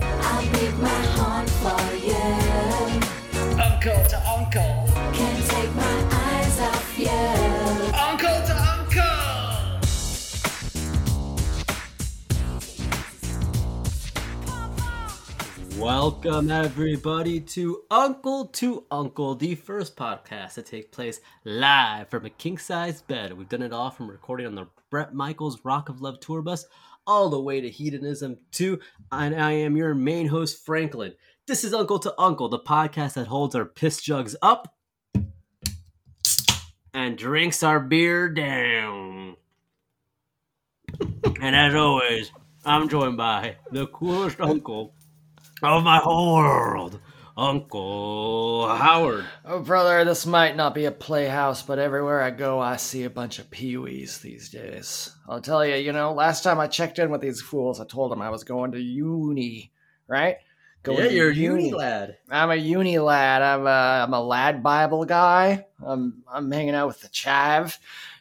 take my heart for you. Uncle to uncle. Can't take my eyes off you. Uncle to uncle. Welcome, everybody, to Uncle to Uncle, the first podcast to take place live from a king sized bed. We've done it all from recording on the Brett Michaels Rock of Love tour bus all the way to Hedonism 2. And I am your main host, Franklin. This is Uncle to Uncle, the podcast that holds our piss jugs up and drinks our beer down. and as always, I'm joined by the coolest uncle of my whole world, Uncle Howard. Oh, brother, this might not be a playhouse, but everywhere I go, I see a bunch of peewees these days. I'll tell you, you know, last time I checked in with these fools, I told them I was going to uni, right? Going to lad. I'm a uni lad. I'm a, I'm a lad Bible guy. I'm I'm hanging out with the chav,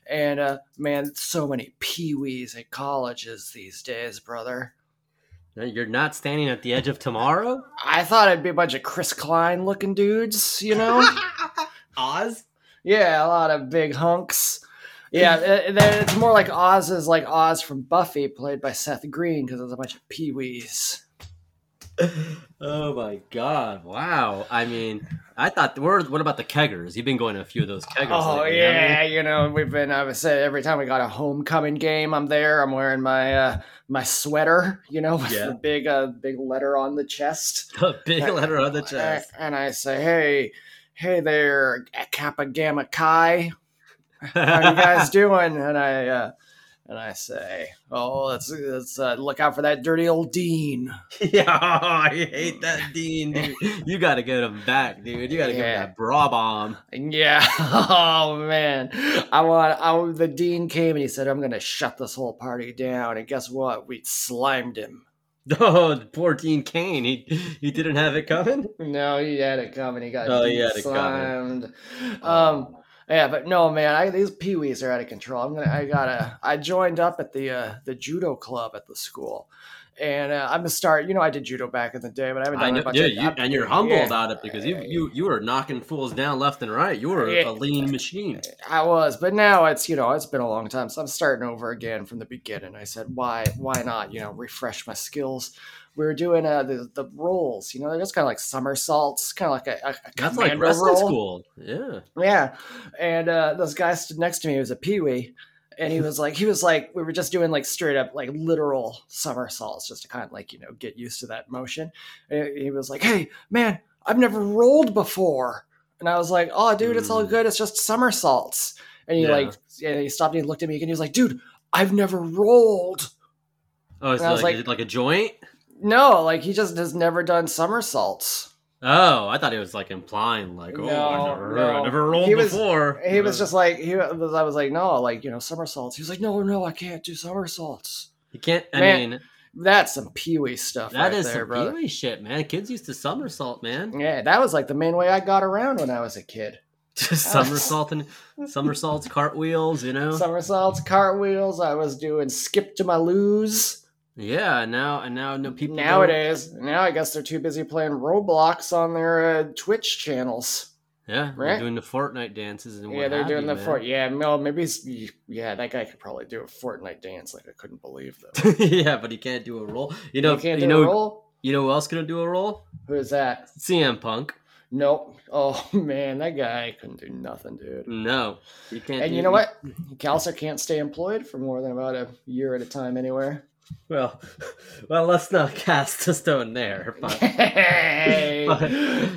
and uh, man, so many peewees at colleges these days, brother. You're not standing at the edge of tomorrow, I thought it'd be a bunch of Chris Klein looking dudes, you know. Oz. Yeah, a lot of big hunks. Yeah, it, it- it's more like Oz is like Oz from Buffy, played by Seth Green, because it's a bunch of peewees. Oh my God! Wow. I mean, I thought. Where, what about the keggers? You've been going to a few of those keggers. Oh lately, haven't yeah, you know we've been. I would say every time we got a homecoming game, I'm there. I'm wearing my uh, my sweater, you know, with Yeah. the big uh, big letter on the chest, you? The big letter on uh, the chest. and I say, hey, hey there, Kappa Gamma Chi. how you guys doing? And I uh, and I say, oh, let's let's uh, look out for that dirty old dean. yeah, oh, I hate that Dean. Dude. You got to get him back, dude. You got to give him Yeah. that bra bomb. And yeah, oh man, I want. I, the dean came and he said, I'm gonna shut this whole party down. And guess what? We slimed him. Oh, poor Dean Kane. He he didn't have it coming. No, he had it coming. He got Oh, he dean had it slimed. Oh. Um. Yeah, but no, man, I, these peewees are out of control. I'm gonna, I gotta, I joined up at the uh, the judo club at the school, and uh, I'm gonna start. You know, I did judo back in the day, but I haven't done I it in know, a bunch yeah, of you, I've- and you're humble yeah. about it because you you you were knocking fools down left and right. You were Yeah. a lean machine. I was, but now it's you know it's been a long time, so I'm starting over again from the beginning. I said, why why not? You know, refresh my skills. We were doing uh, the the rolls. You know, they're just kind of like somersaults, kind of like a, a, a That's like commando wrestling roll. school. Yeah. Yeah, and uh, this guy stood next to me. He was a peewee, and he was like, he was like, we were just doing like straight up like literal somersaults, just to kind of like you know get used to that motion. And he was like, "Hey, man, I've never rolled before," and I was like, "Oh, dude, it's all Mm. good. It's just somersaults." And he Yeah. like, and he stopped and he looked at me again. He was like, "Dude, I've never rolled." Oh, it's And I like, was like, like- is it like a joint? No, like he just has never done somersaults. Oh, I thought it was like implying like, oh, I No, never, I no. never rolled He was- before. He was just like he was. I was like, no, like you know, somersaults. He was like, no, no, I can't do somersaults. you can't. I Man, mean, That's some peewee stuff. that right is there, some brother. peewee shit, man. Kids used to somersault, man. Yeah, that was like the main way I got around when I was a kid. Just somersaulting, somersaults, cartwheels, you know. Somersaults, cartwheels. I was doing skip to my lose. yeah. and Now and now, no people don't- Nowadays, now I guess they're too busy playing Roblox on their uh, Twitch channels. Yeah, they're Right? doing the Fortnite dances and what yeah, they're have doing you, the man. Fort. Yeah, no, maybe. it's- Yeah, that guy could probably do a Fortnite dance. Like I couldn't believe though. yeah, but he can't do a roll. You know, you can't you do know, a roll. you know who else gonna do a roll? Who is that? CM Punk. Nope. Oh man, that guy couldn't do nothing, dude. No, you can't. And do- you know what? He also can't stay employed for more than about a year at a time anywhere. Well, well, let's not cast a stone there. But Hey, But-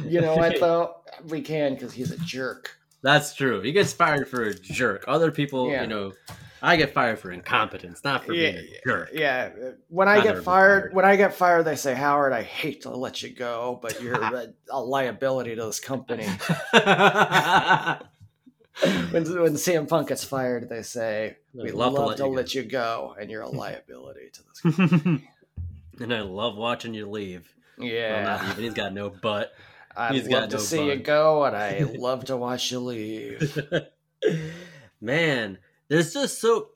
you know what though? We can because he's a jerk. that's true. He gets fired for a jerk. Other people, Yeah. you know, I get fired for incompetence, not for being a jerk. Yeah. When I I'd never get be fired, fired. when I get fired, they say, Howard, I hate to let you go, but you're a, a liability to this company. When when CM Punk gets fired, they say, I'd We love love, to to let you go." let you go, and you're a liability to this. company. and I love watching you leave. Well, Yeah. not leave, He's got no butt. I He's would got love to no see you bug. go, and I love to watch you leave. man, there's just so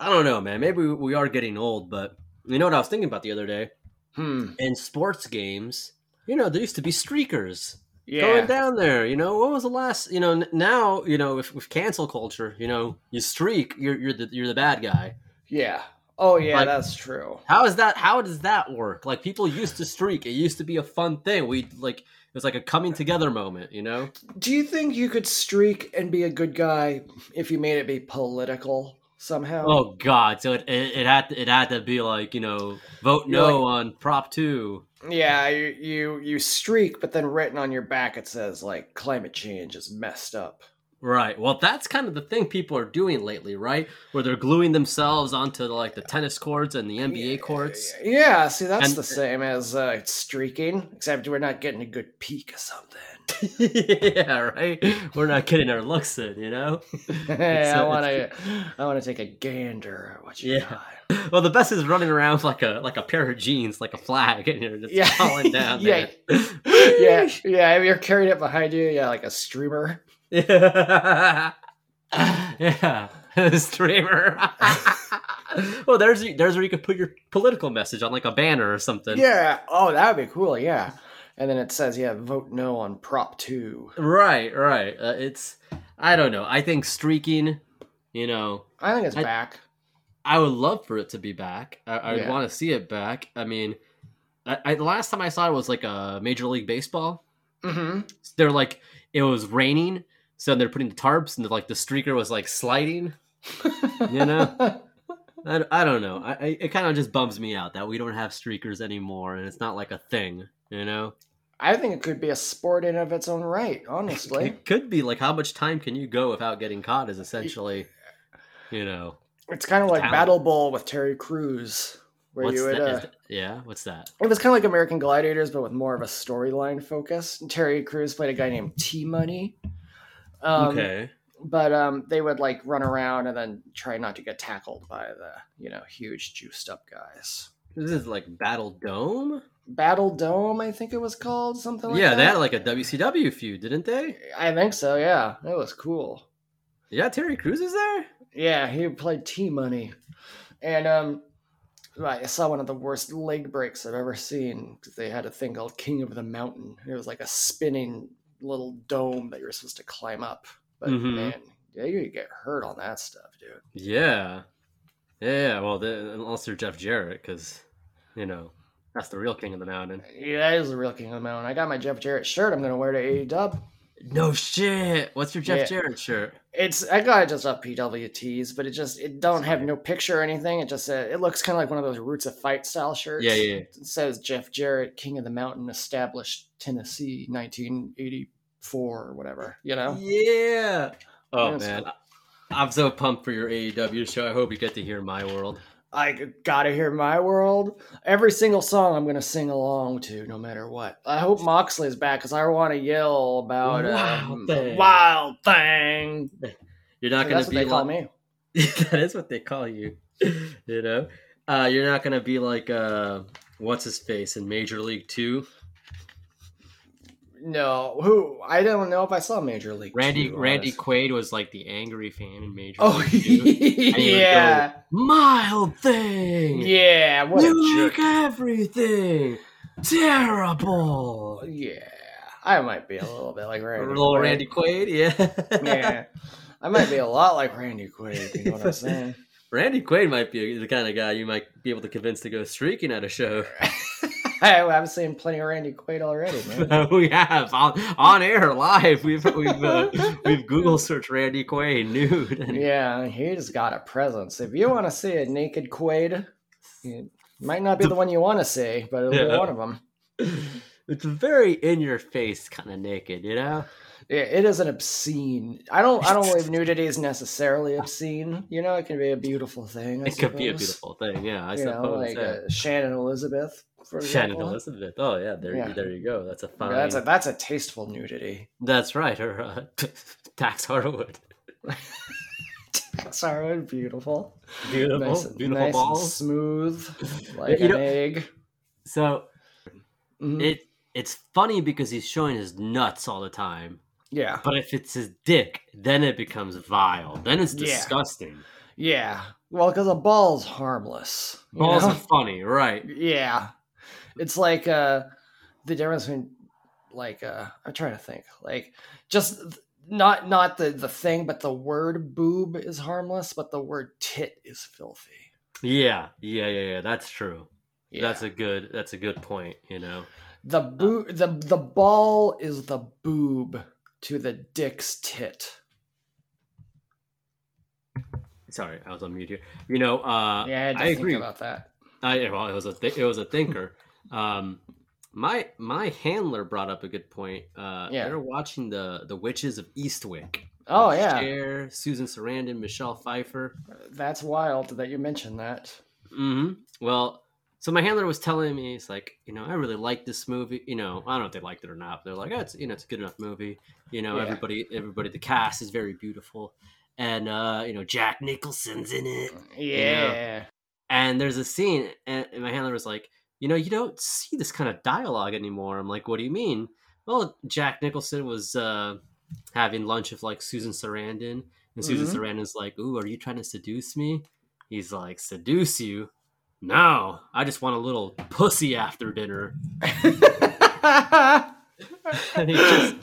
I don't know, man. Maybe we- we are getting old, but you know what I was thinking about the other day? Hmm. in sports games, you know, there used to be streakers Yeah. going down there. You know, what was the last? You know, n- now you know with, with cancel culture, you know, you streak, you're you're the you're the bad guy. Yeah. Oh yeah, Like- that's true. How is that? How does that work? Like people used to streak. It used to be a fun thing. We like it was like a coming together moment. You know, Do you think you could streak and be a good guy if you made it be political somehow? Oh God! So it, it, it had to, it had to be like you know vote You're no on Prop Two. Yeah, you, you you streak, but then written on your back it says like climate change is messed up. Right. Well, that's kind of the thing people are doing lately, right? Where they're gluing themselves onto like the tennis courts and the NBA courts. Yeah, see that's And- the same as uh, streaking, except we're not getting a good peek of something. yeah, right. We're not getting our looks in, you know. Hey, uh, I want to I want to take a gander at what you Yeah. got. Well, the best is running around with like a like a pair of jeans, like a flag, and you're just Yeah. falling down Yeah. Yeah, there. yeah. If you're carrying it behind you, yeah, like a streamer. yeah, yeah. Streamer. well, there's there's where you could put your political message on like a banner or something. Yeah. Oh, that would be cool. Yeah. And then it says, yeah, vote no on Prop Two. Right, right. Uh, it's I don't know. I think streaking, you know, I think it's I- back. I would love for it to be back. I, I would Yeah. want to see it back. I mean, I, I, the last time I saw it was like a Major League Baseball. Mm-hmm. They're like it was raining, so they're putting the tarps, and like the streaker was like sliding. You know? I, I don't know. I, I it kind of just bums me out that we don't have streakers anymore, and it's not like a thing. You know, I think it could be a sport in of its own right. Honestly, it could be like how much time can you go without getting caught? Is essentially, you know, it's kind of like Talent. Battle Bowl with Terry Crews, where what's you would. that- Uh, is that- yeah, what's that? it was kind of like American Gladiators, but with more of a storyline focus. And Terry Crews played a guy named T Money. Um, okay, But um, they would like run around and then try not to get tackled by the you know huge juiced up guys. this is like Battle Dome. Battle Dome, I think it was called something like yeah, that. they had like a WCW feud, didn't they? I think so. Yeah, it was cool. Yeah, Terry Crews is there. Yeah, he played T Money, and um, I saw one of the worst leg breaks I've ever seen. 'cause They had a thing called King of the Mountain. It was like a spinning little dome that you were supposed to climb up. But Mhm. man, yeah, you could get hurt on that stuff, dude. Yeah, yeah. Well, the, unless they're Jeff Jarrett, because you know that's the real king of the mountain. Yeah, that is the real King of the Mountain. I got my Jeff Jarrett shirt. I'm gonna wear to E AEW. No shit. What's your Jeff Yeah. Jarrett shirt? It's I got it just off PWTs, but it just it don't have no picture or anything. It just uh, it looks kind of like one of those Roots of Fight style shirts. Yeah, yeah. yeah. It says Jeff Jarrett, King of the Mountain, established Tennessee, 1984 or whatever. You know, Yeah. Oh Yes. man, I'm so pumped for your AEW show. I hope you get to hear my world. I g- gotta hear my world. Every single song I'm gonna sing along to, no matter what. I hope Moxley's back because I want to yell about Wild um, Thing. Wild thing. You're not That's gonna what be they like call me. that is what they call you. you know, uh, you're not gonna be like uh, what's his face in Major League Two, No, who? I don't know if I saw Major League. Randy Two, Randy honestly. Quaid was like the angry fan in Major Oh League Two. would yeah, Mild thing. yeah. What a you jerk. make everything terrible. Yeah, I might be a little bit like Randy. Little Quaid. Randy Quaid, yeah. yeah, I might be a lot like Randy Quaid. You know what I'm saying? Randy Quaid might be the kind of guy you might be able to convince to go streaking at a show. I, I'm seeing plenty of Randy Quaid already, man. we have on, on air live. We've we've uh, we've Google searched Randy Quaid nude. And yeah, he's got a presence. If you want to see a naked Quaid, it might not be the one you want to see, but it'll Yeah. be one of them. It's very in your face, kind of naked, you know. Yeah, it is an obscene. I don't. I don't believe nudity is necessarily obscene. You know, it can be a beautiful thing. I it could be a suppose. beautiful thing, yeah. I you know, suppose. like yeah. uh, Shannon Elizabeth. For Shannon example. Elizabeth. Oh yeah, there Yeah. there you go. That's a Yeah, fine. that's a that's a tasteful nudity. That's right, or uh, Dax Harwood. Sorry, beautiful. Beautiful, nice, oh, beautiful nice and balls. smooth, like You an know- egg. So Mhm. it it's funny because he's showing his nuts all the time, yeah, but if it's his dick, then it becomes vile. Then it's Yeah. disgusting. yeah. Well, because a ball's harmless. you Balls know? are funny, right? Yeah, It's like uh, the difference between like uh, I'm trying to think like just th- not not the the thing, but the word boob is harmless, but the word tit is filthy. Yeah, yeah, yeah, yeah. That's true. Yeah. That's a good. That's a good point. You know. the Uh, boo the the ball is the boob to the dick's tit. Sorry, I was on mute here. You know. Uh, yeah, I, had to I think agree. about that. I well, it was a th- it was a thinker. Um, my my handler brought up a good point. Uh, Yeah. they're watching the the Witches of Eastwick. Oh with yeah, Cher, Susan Sarandon, Michelle Pfeiffer. that's wild that you mentioned that. hmm Well, so my handler was telling me, he's like, you know, I really like this movie. You know, I don't know if they liked it or not. But they're like, oh, it's you know, it's a good enough movie. You know, Yeah. everybody, everybody, the cast is very beautiful, and uh, you know, Jack Nicholson's in it. Yeah. And there's a scene, and and my handler was like, you know, you don't see this kind of dialogue anymore. I'm like, what do you mean? Well, Jack Nicholson was uh, having lunch with like Susan Sarandon, and Susan Mhm. Sarandon's like, "Ooh, are you trying to seduce me?" He's like, "Seduce you? No, I just want a little pussy after dinner." and he just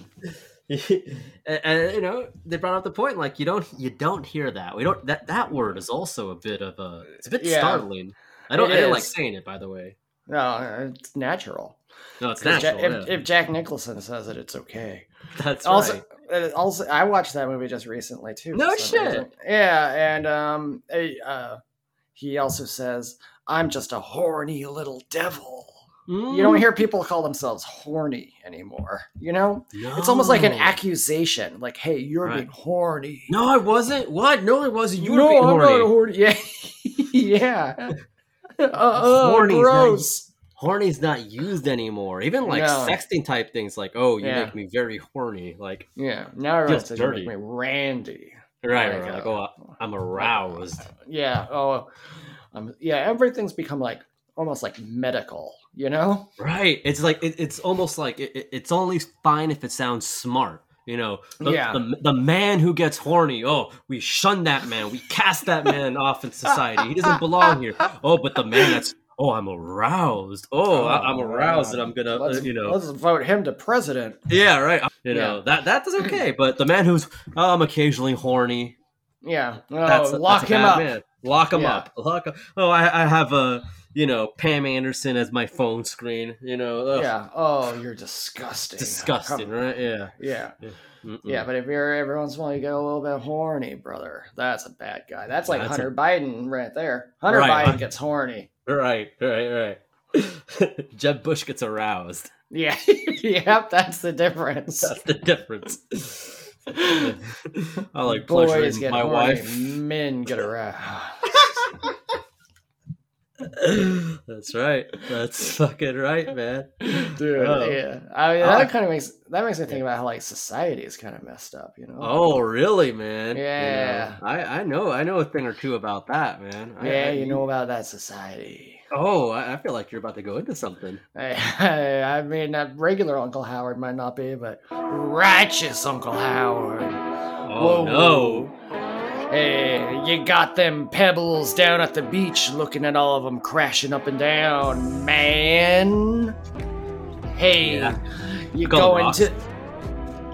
and, and, you know they brought up the point like you don't you don't hear that we don't that that word is also a bit of a it's a bit Yeah. startling i don't It i didn't like is. saying it by the way no, uh, it's natural. no it's If Ja- natural if, yeah. if Jack Nicholson says it, it's okay. that's also, right uh, also, I watched that movie just recently too. for No some shit. reason. Yeah, and um, eh, uh, he also says, "I'm just a horny little devil." You Oh. don't hear people call themselves horny anymore. You know, it's almost like an No. accusation, like, "Hey, you're Oh. Right. being horny." no i wasn't what no it wasn't you no, were being I'm horny not horny. Yeah, yeah. Uh, uh, Horny's not- gross. horny's not used anymore even like No. sexting type things like oh you Yeah. make me very horny like Yeah, now everyone Feels says you make dirty. me randy. right Like, or like uh, oh i'm aroused Yeah. Oh, um, yeah. Everything's become like almost like medical. You know? Right. It's like it, it's almost like it, it- it's only fine if it sounds smart. You know, the, Yeah. the the man who gets horny. Oh, we shun that man. We cast that man off in society. He doesn't belong here. Oh, but the man that's oh, I'm aroused. Oh, I, I'm aroused, and I'm gonna uh, Let's, you know Let's vote him to president. yeah, right. You know that that's okay. But the man who's oh, I'm occasionally horny. Yeah. Oh, That's a- lock that's a him bad up. Man. Lock him Yeah. up. Lock up. Oh, I, I have a you know Pam Anderson as my phone screen. You know. Ugh. Yeah. Oh, you're disgusting. disgusting, Come- right? Yeah. Yeah. Mm-mm. Yeah. But if you're every once in a while you get a little bit horny, brother, that's a bad guy. That's like That's a- Hunter Biden right there. Hunter Right. Biden gets horny. Right, right, right. Jeb Bush gets aroused. Yeah. yep. That's the difference. That's the difference. I like Boys pleasuring get my horny. wife. Men get aroused. That's right. That's fucking right, man. dude. Oh. Yeah, I mean I that like- kind of makes that makes me think about how like society is kind of messed up, you know? Oh, really, man? You know, Yeah. I, I know I know a thing or two about that, man. I- yeah, I- you know about that society. Oh, I, I feel like you're about to go into something. I, I mean, that regular Uncle Howard might not be, but righteous Uncle Howard. Oh no. Hey, you got them pebbles down at the beach, looking at all of them crashing up and down, man. Hey, Yeah. you Call going rocks. to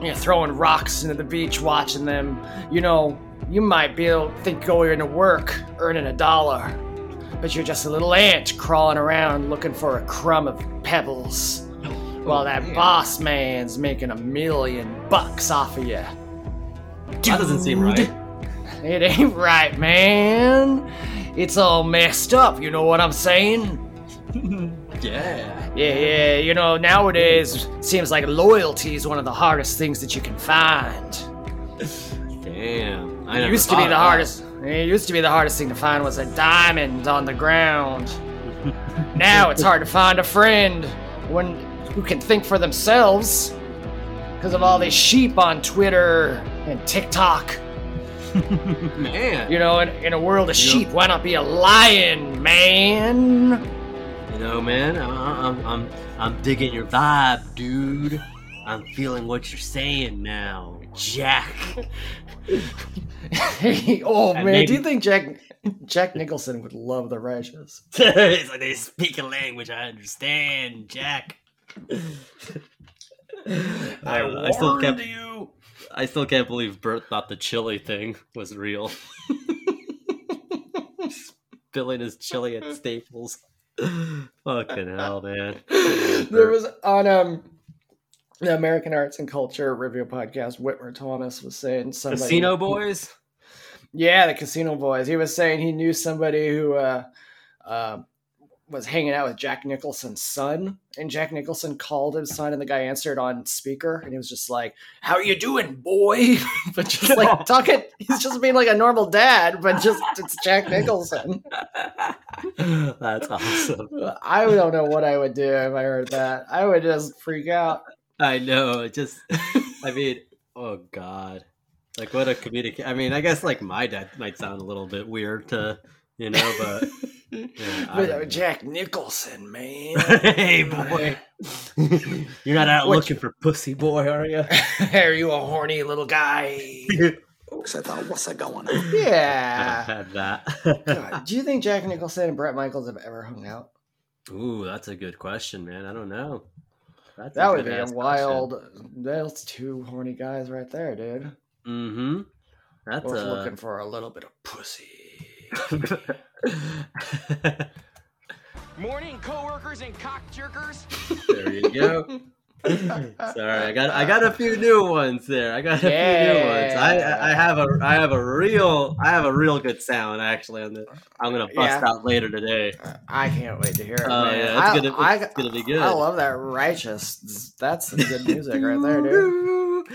you're throwing rocks into the beach watching them you know you might be able to think going to work earning a dollar but you're just a little ant crawling around looking for a crumb of pebbles while that Oh, man. boss man's making a million bucks off of you That doesn't seem right. it ain't right man it's all messed up you know what i'm saying Yeah. Yeah, yeah, you know, nowadays it seems like loyalty is one of the hardest things that you can find. Damn. I It never used to be thought the of that. hardest. It used to be the hardest thing to find was a diamond on the ground. now it's hard to find a friend when who can think for themselves because of all these sheep on Twitter and TikTok. Man. You know, in, in a world of Yeah. sheep, why not be a lion, man? You know, man, I- I- I'm I'm I'm digging your vibe, dude. I'm feeling what you're saying now, Jack. oh And man, maybe- do you think Jack Jack Nicholson would love the righteous? He's like, they speak a language I understand, Jack. I, don't know, I still can't. you. I still can't believe Bert thought the chili thing was real. Spilling his chili at Staples. Fucking hell, man. there was on um the American Arts and Culture Review podcast. Whitmer Thomas was saying somebody Casino Boys. Yeah, the Casino Boys. He was saying he knew somebody who uh, uh, was hanging out with Jack Nicholson's son, and Jack Nicholson called his son, and the guy answered on speaker, and he was just like, "How you doing, boy?" but just like talking, he's just being like a normal dad, but just it's Jack Nicholson. That's awesome. I don't know what I would do if I heard that. I would just freak out. I know. It just, I mean, oh god, like what a comedic. I mean, I guess like my dad might sound a little bit weird to you know, but yeah, But I don't uh, know. Jack Nicholson, man. hey boy, you're not out What- looking for pussy boy, are you? Are you a horny little guy? What's that going on? Yeah. I've had that. God, do you think Jack Nicholson and Brett Michaels have ever hung out? Ooh, that's a good question, man. I don't know. That's That would be a wild. That's two horny guys right there, dude. Mm-hmm. That's Both a. looking for a little bit of pussy. Morning, coworkers and cock jerkers. there you go. Sorry, I got I got a few new ones there. I got a few new ones. I I- I have a I have a real I have a real good sound actually. On the, I'm gonna bust Yeah. out later today. I can't wait to hear it. Oh, man. yeah, it's I, gonna- I, it's gonna be good. I love that righteous. That's some good music right there, dude.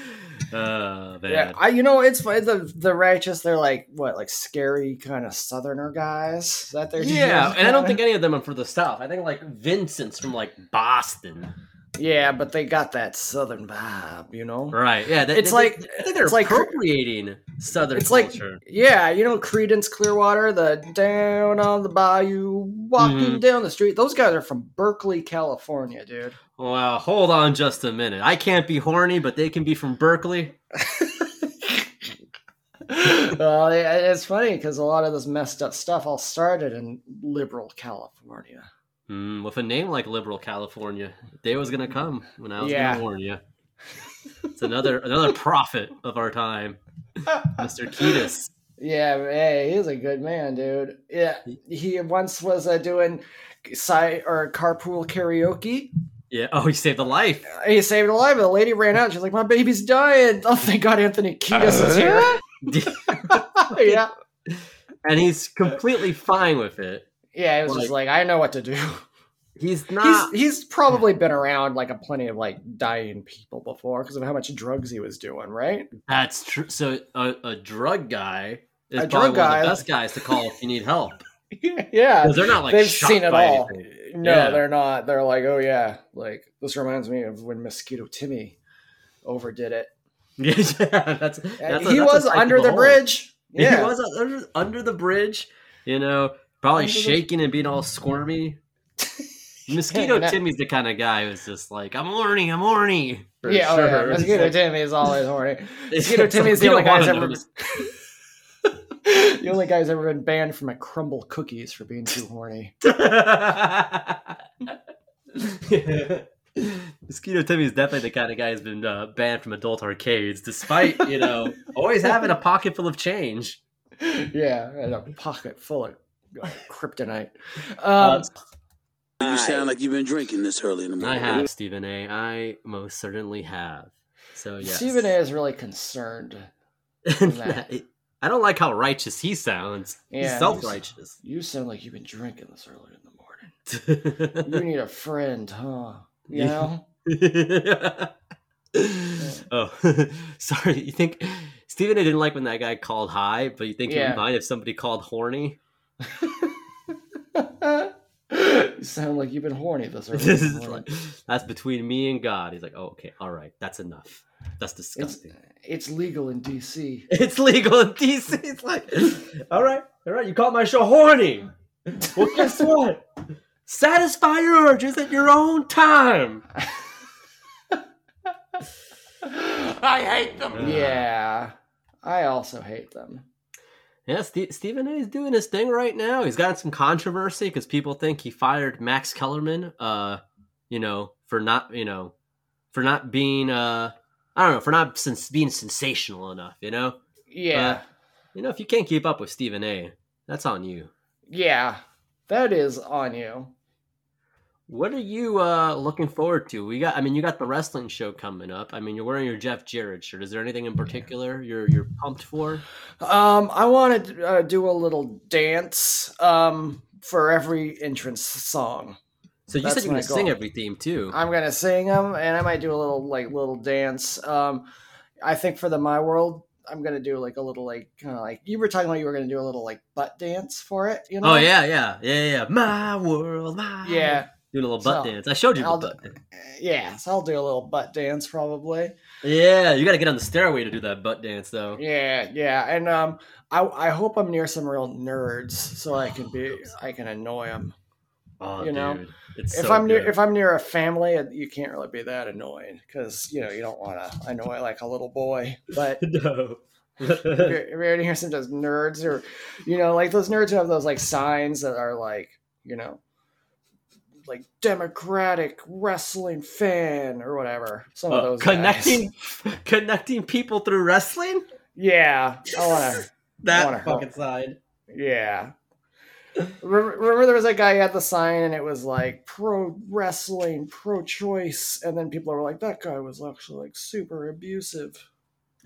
Oh man. Yeah, I, you know it's funny, the the righteous. They're like what, like scary kind of Southerner guys. Is that their Yeah, and I don't think any of them are from the South. I think like Vincent's from like Boston. Yeah, but they got that Southern vibe, you know. Right. Yeah. They, It's they- like- I think they're it's like- appropriating Southern it's like- culture. Yeah, you know Credence Clearwater, the down on the bayou, walking Mhm. down the street. Those guys are from Berkeley, California, dude. Well, hold on just a minute. I can't be horny, but they can be from Berkeley. well, it- it's funny because a lot of this messed up stuff all started in liberal California. Mm, with a name like liberal California, day was gonna come when I was Yeah. gonna warn you. It's another another prophet of our time, Mr. Ketis. Yeah, hey, he's a good man, dude. Yeah, he once was uh, doing side or carpool karaoke. Yeah. Oh, he saved a life. He saved a life. The lady ran out. She's like, "My baby's dying." Oh, thank God, Anthony Kiedis is here. yeah, and he's completely fine with it. yeah. It was just like, I know what to do. He's he's not. he's probably been around like a plenty of like dying people before because of how much drugs he was doing, right? That's true. So a, a drug guy is A probably drug one of the guy- best guys to call if you need help. yeah, 'Cause they're not like they've shocked seen it by all. anything. No, Yeah. they're not. They're like, oh yeah, like this reminds me of when Mosquito Timmy overdid it. yeah, that's, that's a- And that's Uh, he a was psycho under the behold. bridge. Yeah, He was under, under the bridge, you know, probably Under the- shaking and being all squirmy. Mosquito and that- Timmy's the kind of guy who's just like, I'm horny, I'm horny. for yeah, oh, yeah. sure. Mosquito It's like- Timmy is always horny. it's Mosquito like, Timmy is the you only don't guy who's wanna ever. notice. the only guy who's ever been banned from a crumble cookies for being too horny. Mosquito Timmy is definitely the kind of guy who's been uh, banned from adult arcades, despite, you know, always having a pocket full of change. Yeah, and a pocket full of uh, kryptonite. Um, Uh, You sound like you've been drinking this early in the I morning. have, Stephen A. I most certainly have. So, yes. Stephen A is really concerned. that. I don't like how righteous he sounds. Yeah, he's he's- self righteous. You sound like you've been drinking this early in the morning. You need a friend, huh? You Yeah. know? oh, sorry. You think Stephen A didn't like when that guy called high, but you think he Yeah. would mind if somebody called horny? you sound like you've been horny this early. This in the is morning. like, that's between me and God. He's like, oh, okay, all right, that's enough. That's it's, disgusting. it's legal in DC. It's, legal in DC. It's like, all right, all right, you called my show horny. Well, guess what? Satisfy your urges at your own time. I hate them. Yeah. I also hate them. Yeah, Ste Stephen A. is doing his thing right now. He's gotten some controversy because people think he fired Max Kellerman, uh, you know, for not, you know, for not being, uh, I don't know, for not since being sensational enough. You know, Yeah. Uh, you know, if you can't keep up with Stephen A., that's on you. yeah. That is on you. What are you uh looking forward to? We got, I mean, you got the wrestling show coming up. I mean, you're wearing your Jeff Jarrett shirt. Is there anything in particular you're you're pumped for? Um, I want to uh, do a little dance um, for every entrance song. So you That's said you're my gonna sing goal. every theme too. I'm gonna sing them, and I might do a little like little dance. Um, I think for the my world, I'm gonna do like a little like kind of like you were talking about. You were gonna do a little like butt dance for it. You know? Oh yeah, yeah, yeah, yeah, yeah. My world, my yeah, Doing a little butt So, dance. I showed you the I'll butt dance. yeah. So I'll do a little butt dance probably. Yeah, you got to get on the stairway to do that butt dance, though. Yeah, yeah, and um, I I hope I'm near some real nerds so I can be I can annoy them. Oh, You know, dude, it's if so I'm near good. if I'm near a family, uh, you can't really be that annoyed because you know you don't want to annoy like a little boy. But no. if you're, if you're in here, some those nerds or you know like those nerds who have those like signs that are like you know like democratic wrestling fan or whatever. Some of Uh, those guys. connecting, connecting people through wrestling. Yeah, I want to. wanna That help. fucking sign. Yeah. remember, remember there was that guy who had the sign and it was like pro wrestling, pro choice, and then people were like, that guy was actually like super abusive.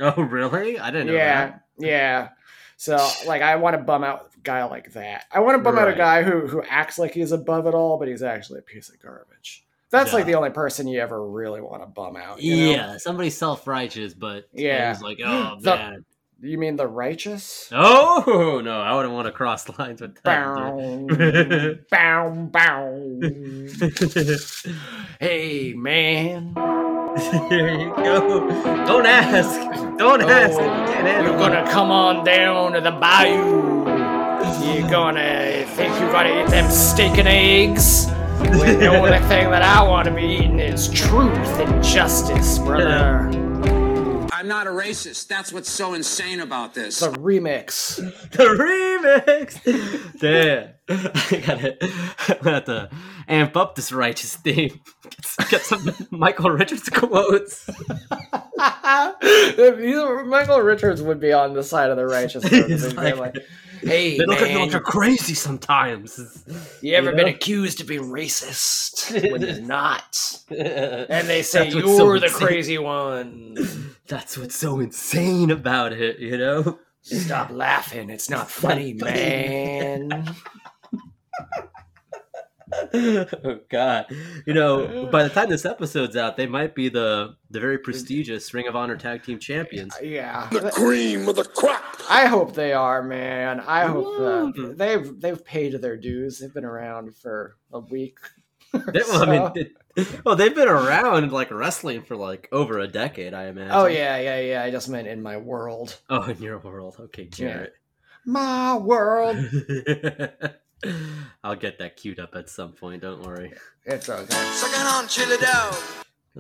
Oh, really? I didn't know Yeah, that. yeah. So like I want to bum out a guy like that. I want to bum out a Right. guy who who acts like he's above it all, but he's actually a piece of garbage. That's like Yeah. the only person you ever really want to bum out. You know? Yeah, somebody self-righteous, but Yeah. he's like, oh The- man, You mean the righteous? oh no, I wouldn't want to cross lines with that. Bow, dude. bow, bow. Hey man. there you go. Don't ask. Don't ask. if you can't handle Oh. You're it. gonna come on down to the bayou. You're gonna think you're gonna eat them steak and eggs. When the only thing that I want to be eating is truth and justice, brother. I'm not a racist. That's what's so insane about It's this. a remix. the remix. Damn, I gotta, I'm gonna have to amp up this righteous theme. Get some, get some Michael Richards quotes. If you- Michael Richards would be on the side of the righteous. road, He's he'd be like- hey, They look at me man, like they're crazy sometimes. It's- you ever you been know? accused of being racist when you're not? And they say That's what's so you're the insane. crazy one. That's what's so insane about it, you know. Stop laughing. It's not funny, man. oh God, you know. By the time this episode's out, they might be the the very prestigious Ring of Honor Tag Team Champions. yeah. The cream of the crop. I hope they are, man. I hope uh, they've they've paid their dues. They've been around for a week. They, well, I mean, they- well, they've been around like wrestling for like over a decade, I imagine. Oh yeah, yeah, yeah. I just meant in my world. Oh, in your world, okay, Jarrett. My world. I'll get that queued up at some point. Don't worry. It's okay. That's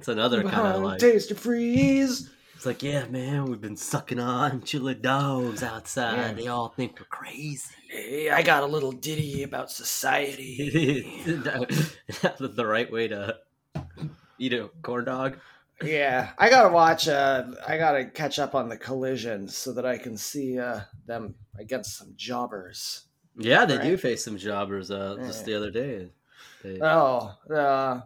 another kind of Behind like taste of freeze. it's like, yeah, man, we've been sucking on chili dogs outside. Yeah. They all think we're crazy. Hey, I got a little ditty about society. the the right way to eat a corn dog. Yeah, I gotta watch. Uh, I gotta catch up on the collisions so that I can see uh, them against some jobbers. Yeah, they do Right. face some jobbers. Uh, just the other day. They- Oh, uh,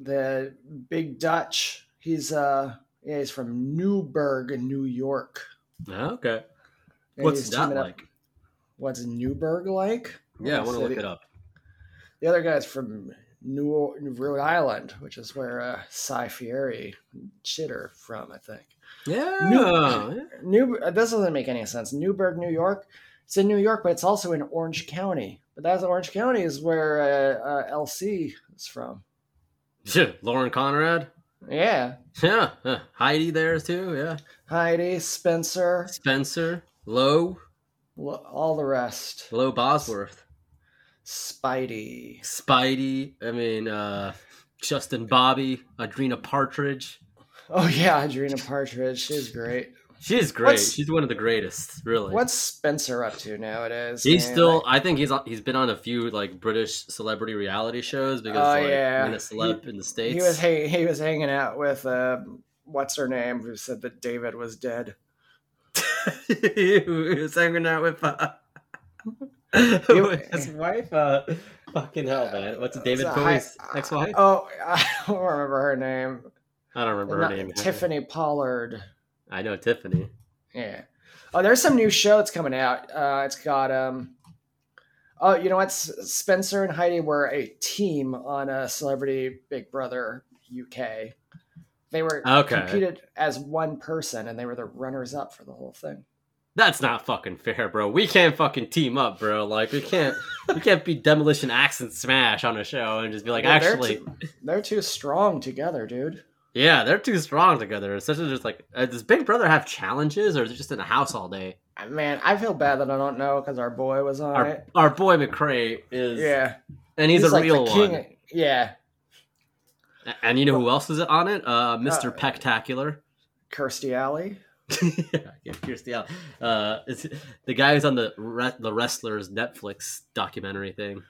the Big Dutch. He's uh, yeah, he's from Newburgh, New York. okay, And what's he's that Uh, teaming up- like? What's Newburgh like? Yeah, I want to look City. it up. The other guy's from New Rhode Island, which is where uh, Cy Fieri chitter from, I think. Yeah. New uh, this doesn't make any sense. Newburgh, New York. It's in New York, but it's also in Orange County. But that's Orange County is where uh, uh, LC is from. Yeah. Lauren Conrad. Yeah, Yeah. Huh. Heidi there too. Yeah. Heidi, Spencer, Spencer. Low. lo- all the rest. Low Bosworth. Spidey. Spidey. I mean, uh, Justin Bobby. Adrena Partridge. Oh yeah, Adrena Partridge, she's great. She is great. What's- She's one of the greatest, really. What's Spencer up to nowadays? He's man? still. Like, I think he's on- he's been on a few like British celebrity reality shows because Oh, like yeah. being a celeb in the states. he was hang, he was hanging out with um, what's her name who said that David was dead. he was hanging out with uh, You- with his wife. Uh, fucking hell, man! What's it, David Uh, Bowie's hi- ex-wife? Oh, I don't remember her name. I don't remember Not- her name. Tiffany Pollard. I know Tiffany. Yeah. Oh, there's some new show that's coming out. Uh, it's got um. Oh, you know what? S- Spencer and Heidi were a team on a Celebrity Big Brother UK. They were Okay. competed as one person, and they were the runners up for the whole thing. That's not fucking fair, bro. We can't fucking team up, bro. Like we can't, we can't be demolition axe and smash on a show and just be like, Yeah, they're actually, too- they're too strong together, dude. yeah, they're too strong together. Especially just like, uh, does Big Brother have challenges or is it just in the house all day? Uh, Man, I feel bad that I don't know because our boy was on Our, it. our boy McCray is, Yeah, and he's, a like the real king- one. Yeah, A- And you know who else is on it? Uh, Mr. Uh, Pectacular. Kirstie Alley. yeah, Kirstie Alley. Uh, it's the guy who's on the re- the wrestlers Netflix documentary thing,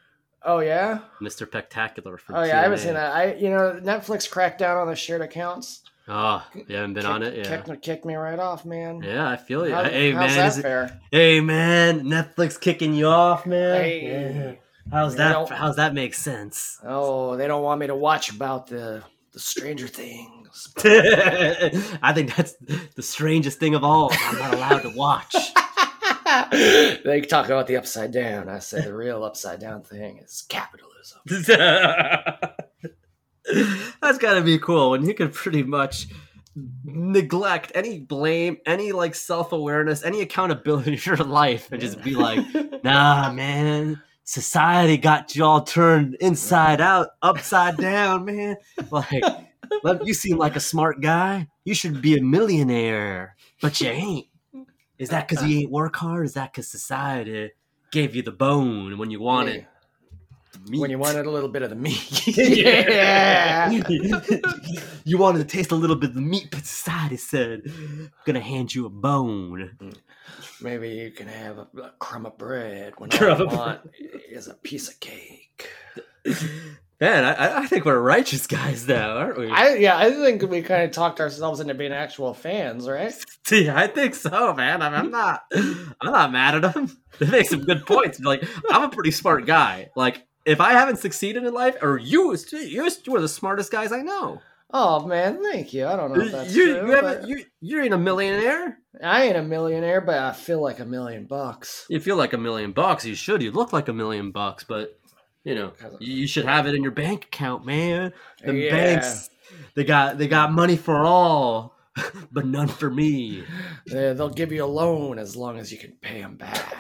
Oh yeah, Mr. Pectacular. From oh yeah, I haven't TNA. seen that. I you know Netflix cracked down on the shared accounts. Oh, you haven't been on it, yeah. Kicked, kicked me right off, man. Yeah, I feel you. How- hey how's man, that is it, fair? hey man, Netflix kicking you off, man. Hey. Yeah. How's You that? know- How's that make sense? Oh, they don't want me to watch about the the Stranger Things. I think that's the strangest thing of all. I'm not allowed to watch. they talk about the upside down. I say the real upside down thing is capitalism. that's got to be cool when you can pretty much neglect any blame, any like self awareness, any accountability for your life, and just be like, nah, man. Society got you all turned inside out, upside down, man. Like, look, you seem like a smart guy. You should be a millionaire, but you ain't. Is that because you ain't work hard? Is that because society gave you the bone when you wanted? when you meat? wanted a little bit of the meat. you wanted to taste a little bit of the meat, but society said, I'm gonna hand you a bone. Maybe you can have a, a crumb of bread when Crumb all of I want is a piece of cake. Man, I, I think we're righteous guys now, aren't we? I yeah, I think we kind of talked ourselves into being actual fans, right? See, I think so, man. I'm, I'm not. I'm not mad at him. They make some good points. Like, I'm a pretty smart guy. Like, if I haven't succeeded in life, or you, you were the smartest guys I know. Oh man, thank you. I don't know You, if that's you, true. haven't. but- You, you ain't a millionaire. I ain't a millionaire, but I feel like a million bucks. You feel like a million bucks. You should. You look like a million bucks, but you know you you should have it in your bank account, man. The Yeah. banks, they got they got money for all, but none for me. They- They'll give you a loan as long as you can pay them back.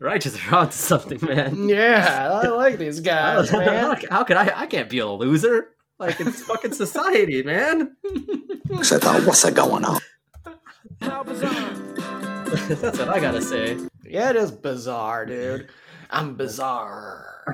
Righteous are onto something, man. yeah, I like these guys, man. Look, How could I? I can't be a loser. Like it's fucking society, man. Said, "Oh, what's going on? How bizarre. That's what I gotta say. Yeah, it is bizarre, dude. I'm bizarre.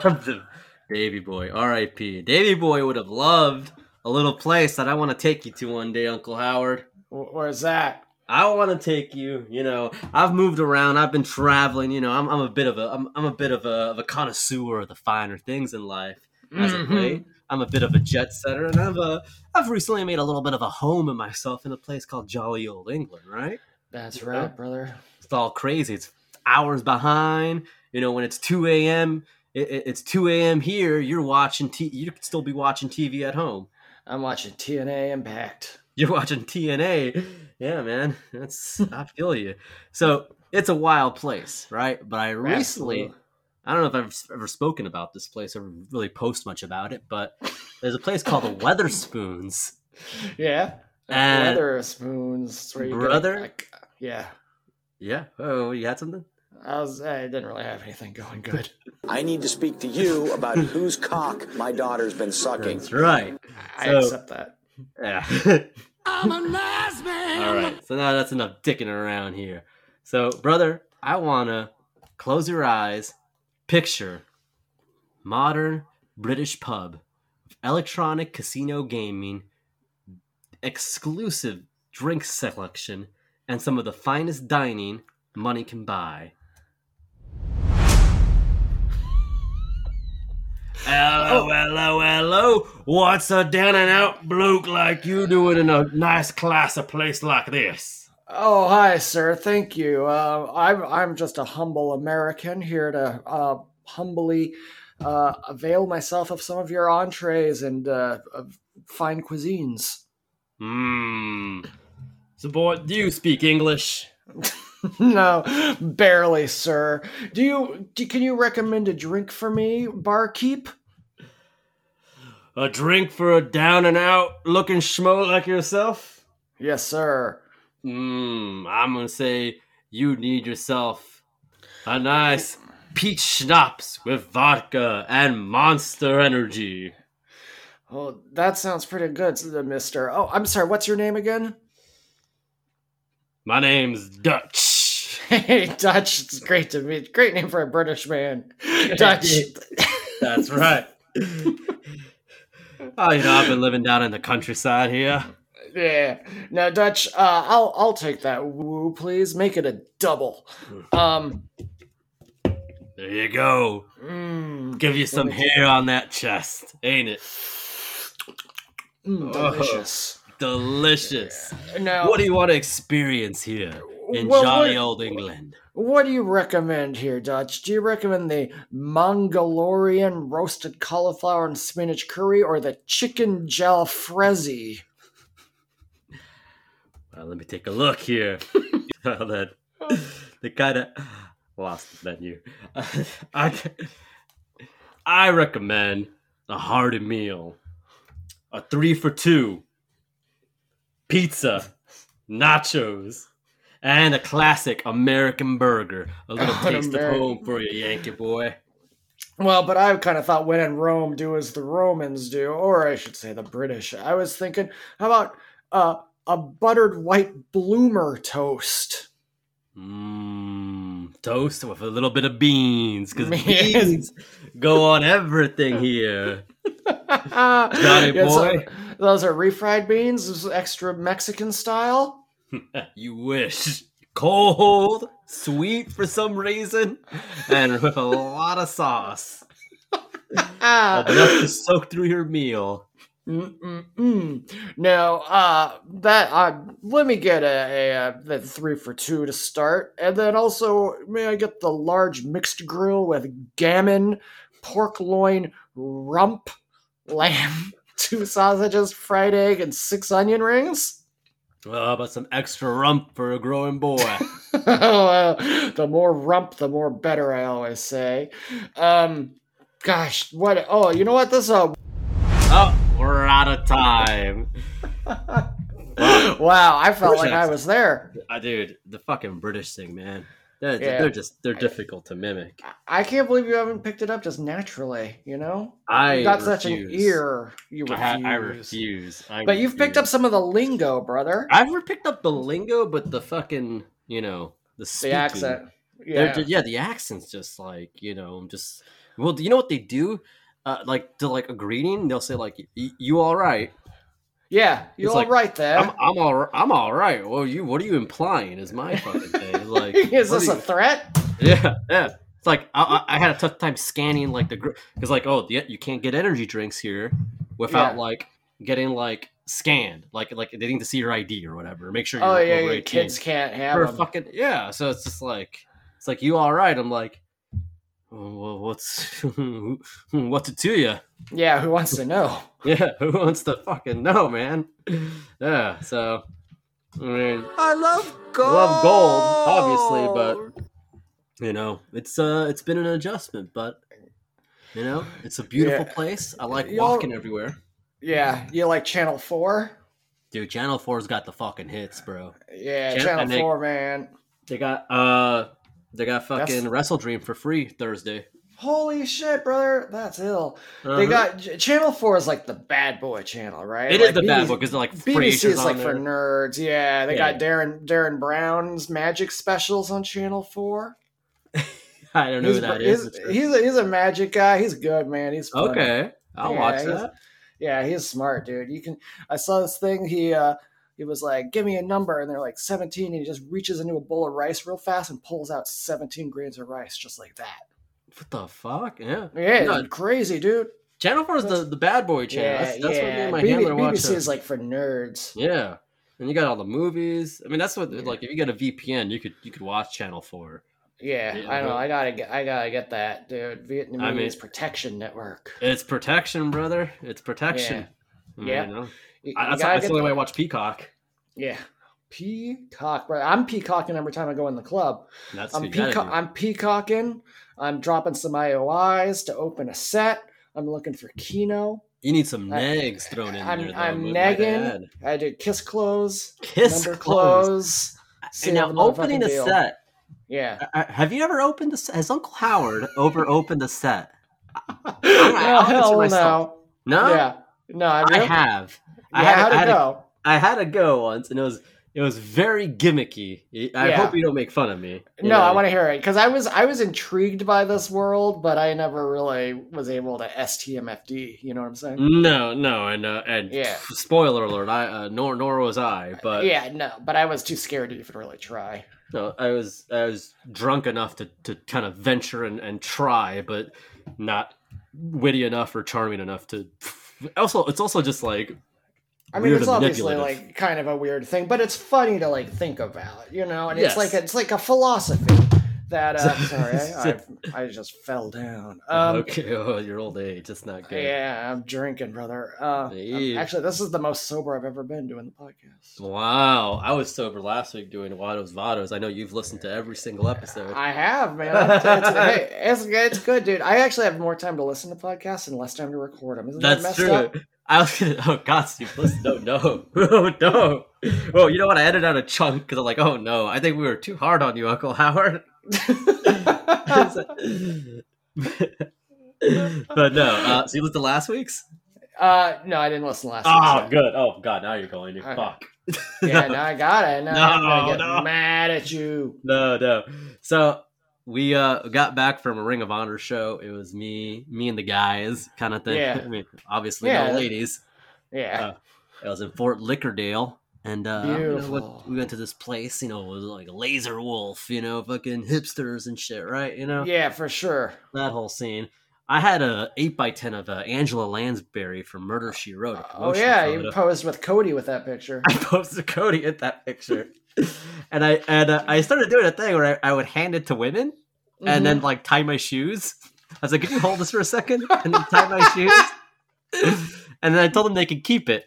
Davy Boy, R.I.P. Davy Boy would have loved a little place that I want to take you to one day, Uncle Howard. Wh- Where's that? I want to take you. You know, I've moved around. I've been traveling. You know, I'm, I'm a bit of a I'm, I'm a bit of a, of a connoisseur of the finer things in life. As of Mhm. late, I'm a bit of a jet setter, and I've uh, I've recently made a little bit of a home in myself in a place called Jolly Old England. Right? That's right, brother. It's all crazy. It's hours behind. You know, when it's two a.m. It, it- it's two a.m. here. You're watching. T- you could still be watching TV at home. I'm watching TNA Impact. you're watching TNA. Yeah, man, that's I feel you. So it's a wild place, right? But I recently, Absolutely. I don't know if I've s- ever spoken about this place or really post much about it, but there's a place called the Weatherspoons. Yeah. And- Brother spoons. It's where you get a- Uh, Brother? like, yeah. Yeah. Oh, you had something? I was. I didn't really have anything going good. I need to speak to you about whose cock my daughter's been sucking. That's right. I So- accept that. Yeah. I'm a nice man. All right. So now that's enough dicking around here. So, brother, I wanna close your eyes, picture modern British pub electronic casino gaming, exclusive drink selection, and some of the finest dining money can buy. Hello, hello, hello. What's a down and out bloke like you doing in a nice class of place like this? Oh, hi, sir. Thank you. Uh, I'm I'm just a humble American here to uh, humbly uh, avail myself of some of your entrees and uh, of fine cuisines. Mmm. So, boy, do you speak English? no, barely, sir. Do you do, can you recommend a drink for me, barkeep? A drink for a down and out looking schmo like yourself? Yes, sir. Mmm, I'm gonna say you need yourself a nice peach schnapps with vodka and monster energy. Oh, that sounds pretty good, Mister. Oh, I'm sorry. What's your name again? My name's Dutch. Hey, Dutch. It's great to meet. Great name for a British man, Dutch. That's right. oh, you know, I've been living down in the countryside here. Yeah. Now, Dutch, uh, I'll I'll take that woo, please. Make it a double. Hmm. Um. There you go. mm, Give you some hair on that chest, ain't it? mm, delicious. Delicious. Now, What do you want to experience here in Well, jolly what- old England? what do you recommend here, Dutch? Do you recommend the Mongolian roasted cauliflower and spinach curry, or the chicken jalfrezi? Well, let me take a look here. well, that the kind of lost the menu. I I recommend a hearty meal, a three for two, pizza, nachos, and a classic American burger. A little An taste of Ameri- home for you, Yankee boy. Well, but I kind of thought when in Rome, do as the Romans do, or I should say the British. I was thinking, how about uh, a buttered white bloomer toast? Mmm, toast with a little bit of beans, because Yes. beans go on everything here. Johnny boy. Uh, those are refried beans, this is extra Mexican style. You wish. Cold, sweet for some reason, and with a lot of sauce. Ah. Enough to soak through your meal. Mm-mm-mm. Now, uh, that uh, let me get a, a, uh the three for two to start, and then also may I get the large mixed grill with gammon, pork loin, rump, lamb, two sausages, fried egg, and six onion rings. Oh, but some extra rump for a growing boy. Well, the more rump, the more better. I always say. Um, gosh, what? Oh, you know what? This uh, oh, we're out of time. wow, I felt Where's like I that? was there. Uh, dude, the fucking British thing, man. They're, Yeah. they're just, they're difficult to mimic. I can't believe you haven't picked it up just naturally, you know? I You've got such an refuse. ear. You I, refuse. ha- I refuse. I But you've picked refuse. up some of the lingo, brother. I've picked up the lingo, but the fucking, you know, the the speaking. accent. yeah. Yeah. Just, yeah, the accent's just like you know, just well, do you know what they do? Uh, like to like a greeting, they'll say like, "Y- "You all right? yeah. You're It's all like, right there. I'm I'm all ri- I'm all right." Well, you what are you implying? Is my fucking thing like? Is what this are a you- threat? yeah, yeah. It's like I, I I had a tough time scanning like the because like oh yeah, you can't get energy drinks here without Yeah. like getting like scanned like like they need to see your ID or whatever. Make sure you're Oh, yeah. over Your 18. kids can't for have a them. fucking yeah. So it's just like it's like you all right? I'm like, well, what's what to do you? Yeah. Who wants to know? Yeah, who wants to fucking know, man? Yeah, so I, mean, I love gold. love gold, obviously, but you know, it's uh, it's been an adjustment, but you know, it's a beautiful Yeah. place. I like Y'all- walking everywhere. Yeah. You like Channel 4? Dude, Channel Four's got the fucking hits, bro. Yeah. Chan- Channel and they- 4, man. They got uh, they got fucking That's- Wrestle Dream for free Thursday. Holy shit, brother. That's ill. They Uh-huh. got Ch- Channel 4 is like the bad boy channel, right? It is like the bad BBC book because like BBC Frasier's is on like there. for nerds. Yeah, they Yeah. got Darren Darren Brown's magic specials on Channel Four. I don't know He's- who that he's- is. He's a, he's a magic guy. He's good, man. He's funny. okay, I'll Yeah, watch he's- that. Yeah, he's smart, dude. You can. I saw this thing. He uh, he was like, "Give me a number," and they're like seventeen, and he just reaches into a bowl of rice real fast and pulls out seventeen grains of rice just like that. What the fuck? Yeah. Yeah, No, dude, crazy, dude. Channel Four is the, the bad boy channel. that's that's what me and my BB handler watch. BBC is like for nerds. yeah. And you got all the movies. I mean, that's what Yeah. like if you got a VPN, you could you could watch Channel Four. Yeah, Yeah, I know. but- I gotta get. I gotta get that, dude. Vietnamese I mean- protection network. It's protection, brother. It's protection. I mean, Yeah. you know? You- I, you gotta that's that's get the only way I watch Peacock. Yeah. Peacock, bro. I'm peacocking every time I go in the club. That's I'm who you gotta peacock. do. I'm peacocking. I'm dropping some IOIs to open a set. I'm looking for Kino. You need some I- negs thrown in I'm, there. Though, I'm with- like I negging. had. I do kiss close, Kiss number close. close. seal And now the motherfucking opening a deal. set. Yeah. Uh, Have you ever opened a set? Has Uncle Howard over opened a set? I'm gonna Oh, out this hell myself. no. No, Yeah. No, I, I really- have. I Yeah, had, how'd I it had a, go? I had a go once, and it was it was very gimmicky. I Yeah. hope you don't make fun of me. you No, I know? want to hear it because I was I was intrigued by this world, but I never really was able to STMFD. You know what I'm Mm, saying? No, no, and uh, and Yeah. spoiler alert. I uh, nor nor was I, but yeah, no, but I was too scared to even really try. no, I was I was drunk enough to to kind of venture and, and try, but not witty enough or charming enough to. Also, it's also just like I mean, Weird it's and obviously manipulative. like kind of a weird thing, but it's funny to like think about, you know. And Yes. it's like it's like a philosophy that. Uh, sorry, I, I, I just fell down. Um, okay, oh, your old age, it's not good. Yeah, I'm drinking, brother. Uh, I'm- Yeah. actually, this is the most sober I've ever been doing the podcast. Wow, I was sober last week doing Vados Vados. I know you've listened to every single episode. I have, man. It's, hey, it's, it's good, dude. I actually have more time to listen to podcasts and less time to record them. Isn't that messed That's true. up? I was gonna. Oh God, Steve, listen, no, no, oh no. Oh, you know what? I edited out a chunk because I'm like, oh no, I think we were too hard on you, Uncle Howard. but no, uh, so you listened to last week's? Uh, no, I didn't listen last. Oh, episode. good. Oh God, now you're going to Okay. fuck. Yeah, now I got it. Now I'm gonna No, get no. mad at you. no, no. So we uh, got back from a Ring of Honor show. It was me, me and the guys, kind of thing. Yeah. I mean, obviously Yeah. no ladies. Yeah, It was in Fort Lickerdale, and uh, you know, Beautiful. what, we went to this place. You know, it was like Laser Wolf. You know, fucking hipsters and shit, right? You know, yeah, for sure. that whole scene. I had a eight by ten of uh, Angela Lansbury from Murder She Wrote. a Oh promotional yeah, photo. you posed with Cody with that picture. I posted Cody in that picture, and I and uh, I started doing a thing where I, I would hand it to women Mm-hmm. and then like tie my shoes. I was like, "Could you hold this for a second? And then tie my shoes. and then I told them they could keep it,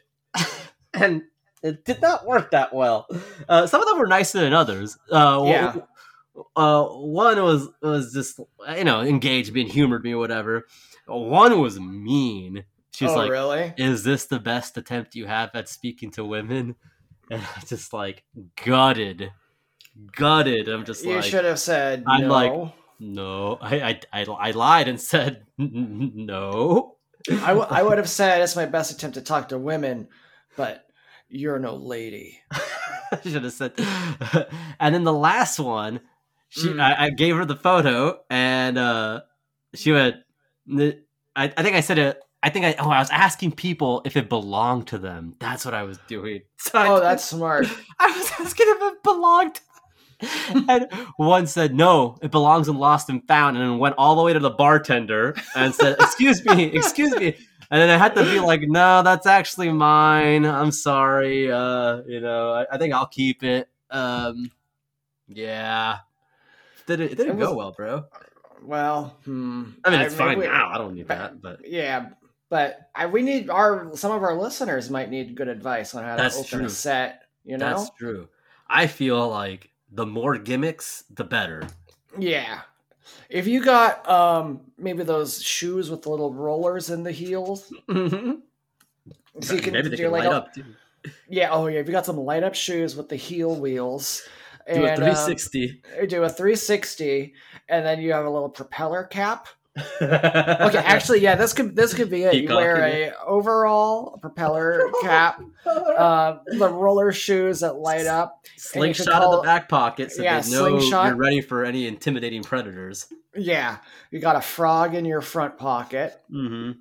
and it did not work that well. Uh, some of them were nicer than others. Uh, w- Yeah. Uh, one was was just you know engaged, being humored me, whatever. One was mean. She's oh like, really? is this the best attempt you have at speaking to women? And I just like gutted, gutted. I'm just you like, should have said. I'm no. like- no, I, I, I, I lied and said no. I, w- I would have said it's my best attempt to talk to women, but you're no lady. I should have said. and then the last one, she, Mm. I, I gave her the photo, and uh, she went. "N- I, I think I said it. I think I. Oh, I was asking people if it belonged to them. That's what I was doing. So I Oh, did- that's smart. I was asking if it belonged. And one said, "No, it belongs in Lost and Found," and then went all the way to the bartender and said, "Excuse me, excuse me." And then I had to be like, "No, that's actually mine. I'm sorry. Uh, you know, I, I think I'll keep it." Um, yeah, did it? It didn't It go was- well, bro. Well, hmm. I mean, it's maybe fine we- now. I don't need that, but Yeah, but I, we need our some of our listeners might need good advice on how That's to open true. a set. You know? that's true. I feel like the more gimmicks, the better. Yeah. If you got um maybe those shoes with the little rollers in the heels, so you can Maybe they do can like light a- up. Too. Yeah, oh yeah. If you got some light up shoes with the heel wheels, Do a and, uh, 360. do a three sixty, and then you have a little propeller cap. Okay, actually, yeah, this could this could be it. You Peacock, wear a overall, a propeller cap, uh, the roller shoes that light up, and you should slingshot in call- the back pocket so Yeah, they know slingshot. you're ready for any intimidating predators. Yeah, you got a frog in your front pocket. Mm-hmm.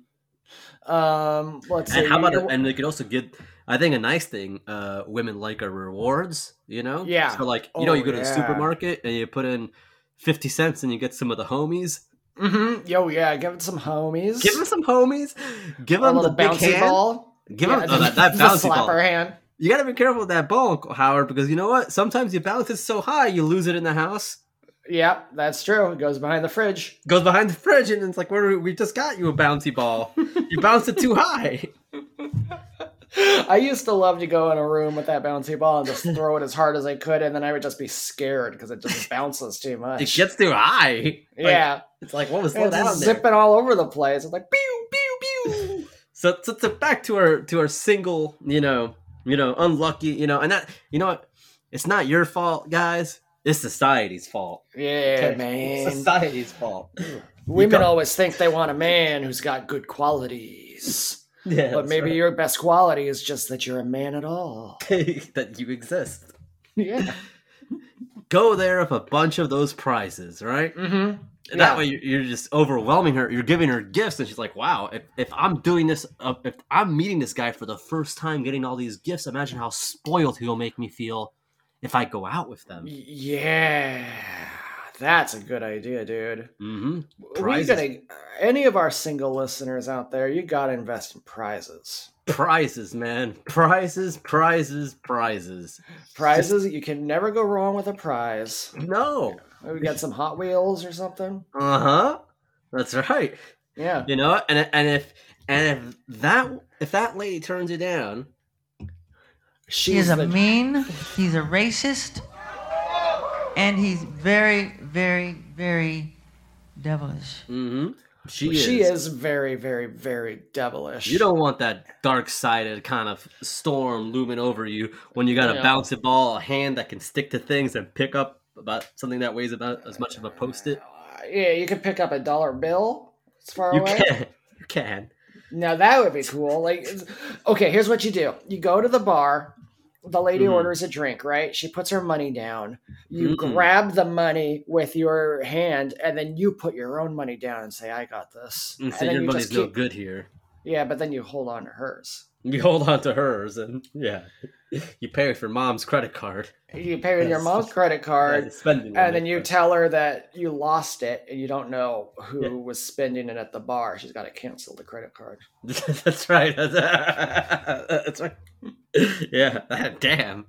Um, let's see. And how about you know- and they could also get I think a nice thing, uh women like our rewards, you know? Yeah. So like you know Oh, you go to the yeah. supermarket and you put in fifty cents and you get some of the homies. Mhm. Yo, yeah, give it some homies. Give them some homies. Give a them little the big bouncy hand. ball. Give Yeah, them oh, that, that the bouncy slapper ball. hand. You gotta be careful with that ball, Uncle Howard, because you know what? Sometimes you bounce it so high you lose it in the house. Yep, that's true. It goes behind the fridge. Goes behind the fridge and it's like, where we just got you a bouncy ball. you bounced it too high. I used to love to go in a room with that bouncy ball and just throw it as hard as I could, and then I would just be scared because it just bounces too It much. gets too high. Like, yeah, It's like, what was and slow it's down just there? zipping all over the place. It's like pew pew pew. So, so, so back to our to our single, you know, you know, unlucky, you know, and that you know what? It's not your fault, guys. It's society's fault. Yeah, Okay? It's man. society's fault. Women got- always think they want a man who's got good qualities, Yeah, but maybe your best quality is just that you're a man at all. you're that you exist. Yeah. Go there with a bunch of those prizes, right? Mm-hmm. And That Yeah. way you- you're just overwhelming her. You're giving her gifts, and she's like, "Wow, if, if I'm doing this, uh, if I'm meeting this guy for the first time, getting all these gifts, imagine how spoiled he'll make me feel if I go out with them." Yeah, that's a good idea, dude. hmm We Prizes. gotta, any of our single listeners out there, you gotta invest in prizes. prizes, man. Prizes, prizes, prizes. Prizes, you can never go wrong with a prize. No. We got some Hot Wheels or something. Uh huh. That's right. Yeah. You know, and and if and if that if that lady turns you down, He's She's a the- mean, he's a racist, and he's very, very, very devilish. mm-hmm, she is. She is very, very, very devilish. You don't want that dark sided kind of storm looming over you when you got a Yeah. bouncy ball, a hand that can stick to things and pick up about something that weighs about as much of a post it. Uh, Yeah, you could pick up a dollar bill. It's far You away. can. You can. Now that would be cool. Like, it's- okay, here's what you do: you go to the bar. The lady Mhm. orders a drink, right? She puts her money down. You Mm-mm. grab the money with your hand, and then you put your own money down and say, "I got this." And Mm, so then your you money's just no keep- good here. Yeah, but then you hold on to hers. You hold on to hers and yeah. You pay with your mom's credit card. You pay with your Yes. mom's credit card, Yeah, spending and then limit, you but- tell her that you lost it, and you don't know who Yeah. was spending it at the bar. She's got to cancel the credit card. That's right. That's, that's right. Yeah. Damn.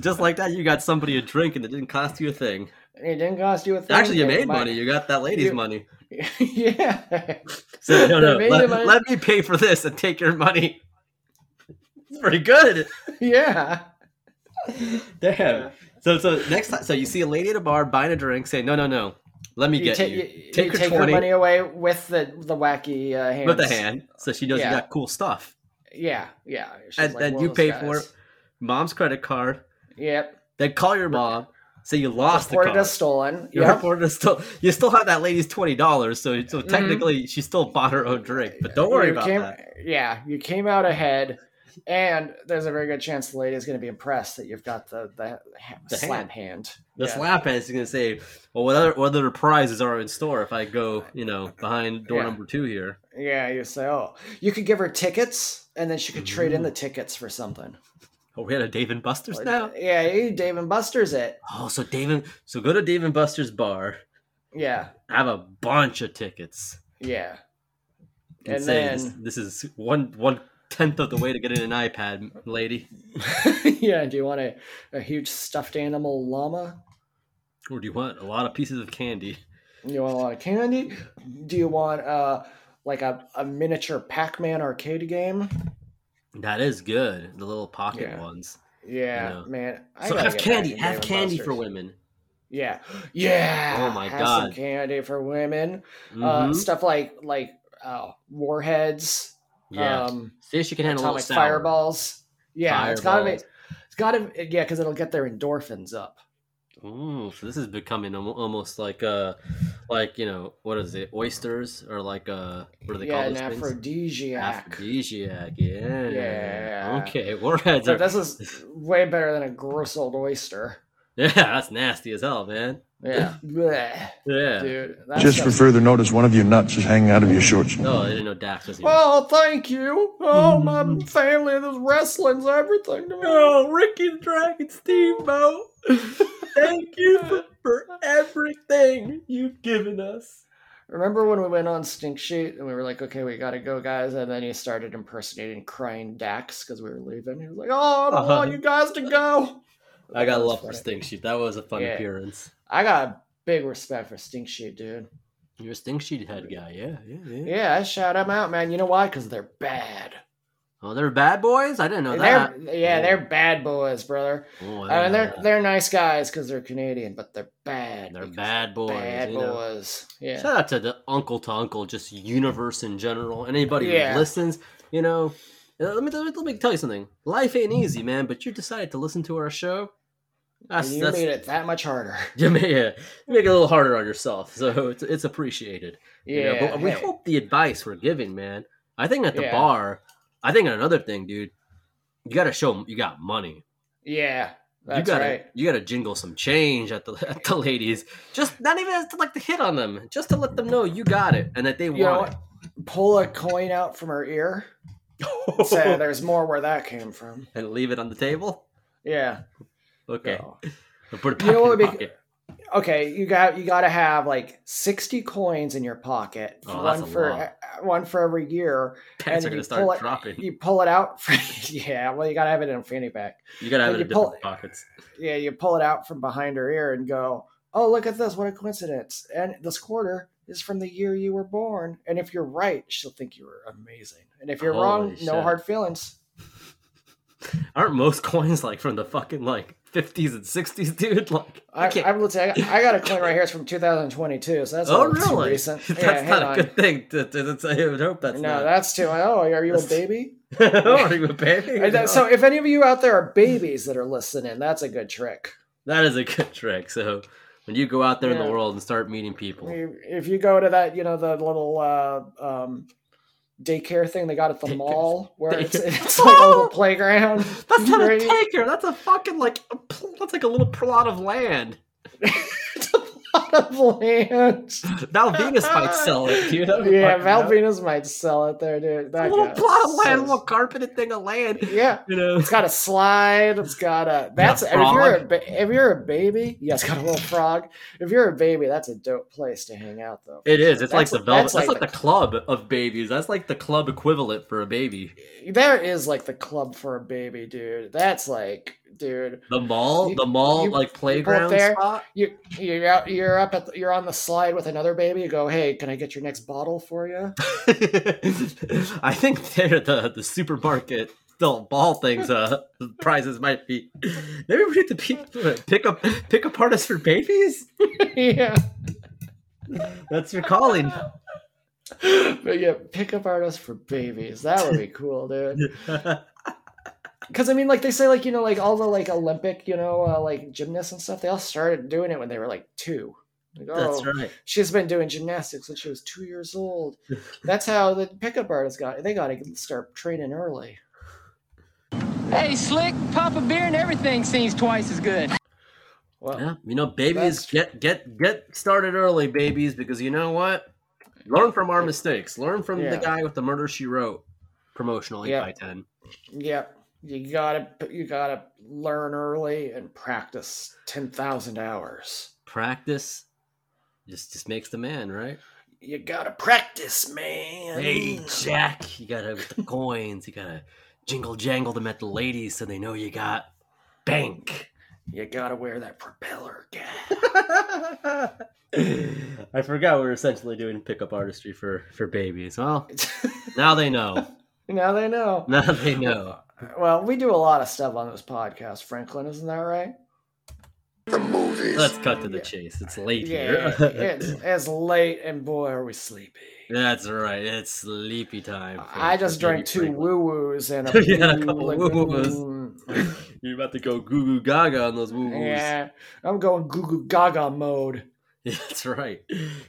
Just like that, you got somebody a drink and it didn't cost you a thing. It didn't cost you a thing. Actually, you It made might- money. You got that lady's You- money. yeah. So, They no, no. made Let, the money. let me pay for this and take your money. It's pretty good. Yeah. Damn. So, so next time, so you see a lady at a bar buying a drink, say, no, no, no. Let me You, get ta- you. you- Take you her take her 20. money away with the the wacky uh, hand. With a hand, so she knows Yeah. you got cool stuff. Yeah, yeah. She's And like then one you of pay those for guys. it. Mom's credit card. Yep. Then call your mom. Say you lost the Reported car. as stolen. You Yep. Mm-hmm. reported as still. You still have that lady's twenty dollars. So, so technically, she still bought her own drink. But don't worry You about came- that. Yeah, you came out ahead, and there's a very good chance the lady is going to be impressed that you've got the the, ha- The slap hand. The Yeah. slap ass is gonna say, "Well, what other what other prizes are in store if I go, you know, behind door Yeah. number two here?" Yeah, you say, oh, you could give her tickets, and then she could trade in the tickets for something. Oh, we had a Dave and Buster's now. Yeah, you Dave and Buster's it. Oh, so Dave and so go to Dave and Buster's bar, Yeah, have a bunch of tickets, yeah. and, And say, this, then, "This is one one tenth of the way to get in an iPad, lady." yeah, do you want a, a huge stuffed animal llama? Or do you want a lot of pieces of candy? You want a lot of candy? Do you want uh like a, a miniature Pac-Man arcade game? That is good. The little pocket Yeah. ones. Yeah, know. man. I so gotta have get back candy. to Have Dave and candy Buster's. for women. Yeah, yeah. Oh my have some God. candy for women. Uh, Mhm. stuff like like uh, warheads. yeah. Um, See if she can handle a little atomic sour. fireballs. Yeah, it's gotta be. Fireballs. It's gotta. Yeah, because it'll get their endorphins up. Ooh, so this is becoming almo- almost like uh like you know what is it oysters or like uh what do they yeah, call an those things? aphrodisiac. Aphrodisiac. Yeah. Yeah. Okay, warheads So are. this is way better than a gross old oyster. Yeah, that's nasty as hell, man. Yeah. Bleh, Yeah. Dude. that Just for stuff's- further notice, one of your nuts is hanging out of your shorts. Oh, I didn't know Dax was. Even... Oh, thank you. Oh, Mm-hmm. my family, this wrestling's everything to me. Oh, Ricky the Dragon Steamboat. Thank you for, for everything you've given us. Remember when we went on Stink Sheet and we were like, okay, we gotta go, guys? And then he started impersonating crying Dax because we were leaving. He was like, oh, I don't Uh-huh. want you guys to go. I got That was love for funny. Stink Sheet. That was a fun Yeah. appearance. I got big respect for Stink Sheet, dude. You're a Stink Sheet head guy. Yeah, yeah, yeah. Yeah, I shout them out, man. You know why? Because they're bad. Oh, they're bad boys. I didn't know They're, that. yeah, they're bad boys, brother. Oh, I I mean, didn't know they're that. they're nice guys because they're Canadian, but they're bad. They're because bad boys. Bad you know. boys. Yeah. Shout out to the uncle to uncle, just universe in general. and Anybody Yeah. who listens, you know, uh, let me, let me let me tell you something. Life ain't easy, man. But you decided to listen to our show. and That's, you that's made it that much harder. you made, yeah, you make it a little harder on yourself, so it's, it's appreciated. Yeah. you know? but we hey. hope the advice we're giving, man. I think at the Yeah. bar, I think another thing, dude. You got to show 'em you got money. Yeah. That's you gotta right. you gotta jingle some change at the at the ladies. Just not even as to like to hit on them, just to let them know you got it and that they You know want what? Pull a coin out from her ear. it. Say there's more where that came from. and leave it on the table. Yeah. Okay, So- Or put it You back know in what the would be- pocket. okay you got you got to have like 60 coins in your pocket Oh, one that's a for lot. uh, one for every year Pants and are you gonna pull start it- dropping. You, you pull it out for, yeah well you got to have it in a fanny pack gotta have and it in you pull- different pockets. yeah you pull it out from behind her ear and go oh look at this what a coincidence and this quarter is from the year you were born and if you're right she'll think you were amazing and if you're wrong Holy no shit. hard feelings Aren't most coins like from the fucking like fifties and sixties, dude? Like, I, I can't. I, would say, I got a coin right here. It's from 2022, so that's a oh little too really? recent. that's yeah, hang not a on. good thing. To, to, to, I would hope that's no, not. that's too. Oh, are you a That's- baby? Are you a baby? And that- so if any of you out there are babies that are listening, that's a good trick. That is a good trick. So when you go out there in Yeah. the world and start meeting people, You- If you go to that, you know, the little uh, um, daycare thing they got at the Daycare. mall, where it's, Daycare. it's like a little Oh! playground. that's not a Right? taker. That's a fucking like a pl- that's like a little plot of land. of land. Valvinus might sell it, dude. I don't Yeah, fucking know. Valvinus might sell it there, dude. A That little guy plot of land, a sells- little carpeted thing of land. Yeah. You know, It's got a slide. It's got a. That's a and if you're a frog. ba- if you're a baby. Yeah, it's got a little frog. If you're a baby, that's a dope place to hang out, though. it is. It's like That's the like- velvet. that's That's, like like the club of babies. That's like the club equivalent for a baby. There is like the club for a baby, dude. That's like, dude, The mall, You- the mall you- you like playground there, spot. you you're out, you're up at the, you're on the slide with another baby. You go, hey, can I get your next bottle for you? I think they're the the supermarket still ball things. Uh, prizes might be. Maybe we need to pe- pick up pick up artists for babies. yeah, That's your calling. but yeah, pickup artists for babies. That would be cool, dude. Because I mean, like they say, like you know, like all the like Olympic, you know, uh, like gymnasts and stuff. They all started doing it when they were like two. Like, That's oh, right. She's been doing gymnastics since she was two years old. That's how the pickup artists got. They got to start training early. Hey, slick, pop a beer and everything seems twice as good. Well, Yeah, you know, babies That's- get get get started early, babies, because you know what? Learn from our mistakes. Learn from Yeah. the guy with the murder she wrote promotional eight Yeah. by ten. Yep. You gotta you gotta learn early and practice ten thousand hours. Practice just just makes the man, right? You gotta practice, man. Hey, Jack, you gotta with the coins. You gotta jingle jangle them at the ladies so they know you got bank. You gotta wear that propeller cap. I forgot we were essentially doing pickup artistry for for babies. Well, now they know. now they know. Now they know. Well, we do a lot of stuff on this podcast, Franklin, isn't that right? The movies. Let's cut to the chase. It's late Yeah. here. it's it's late and boy are we sleepy. That's right. It's sleepy time. for- I just for drank baby two Franklin. woo woos and a, Yeah, a couple like, woo-woos. mm, You're about to go goo goo gaga on those woo woos. Yeah, I'm going goo goo gaga mode. That's right.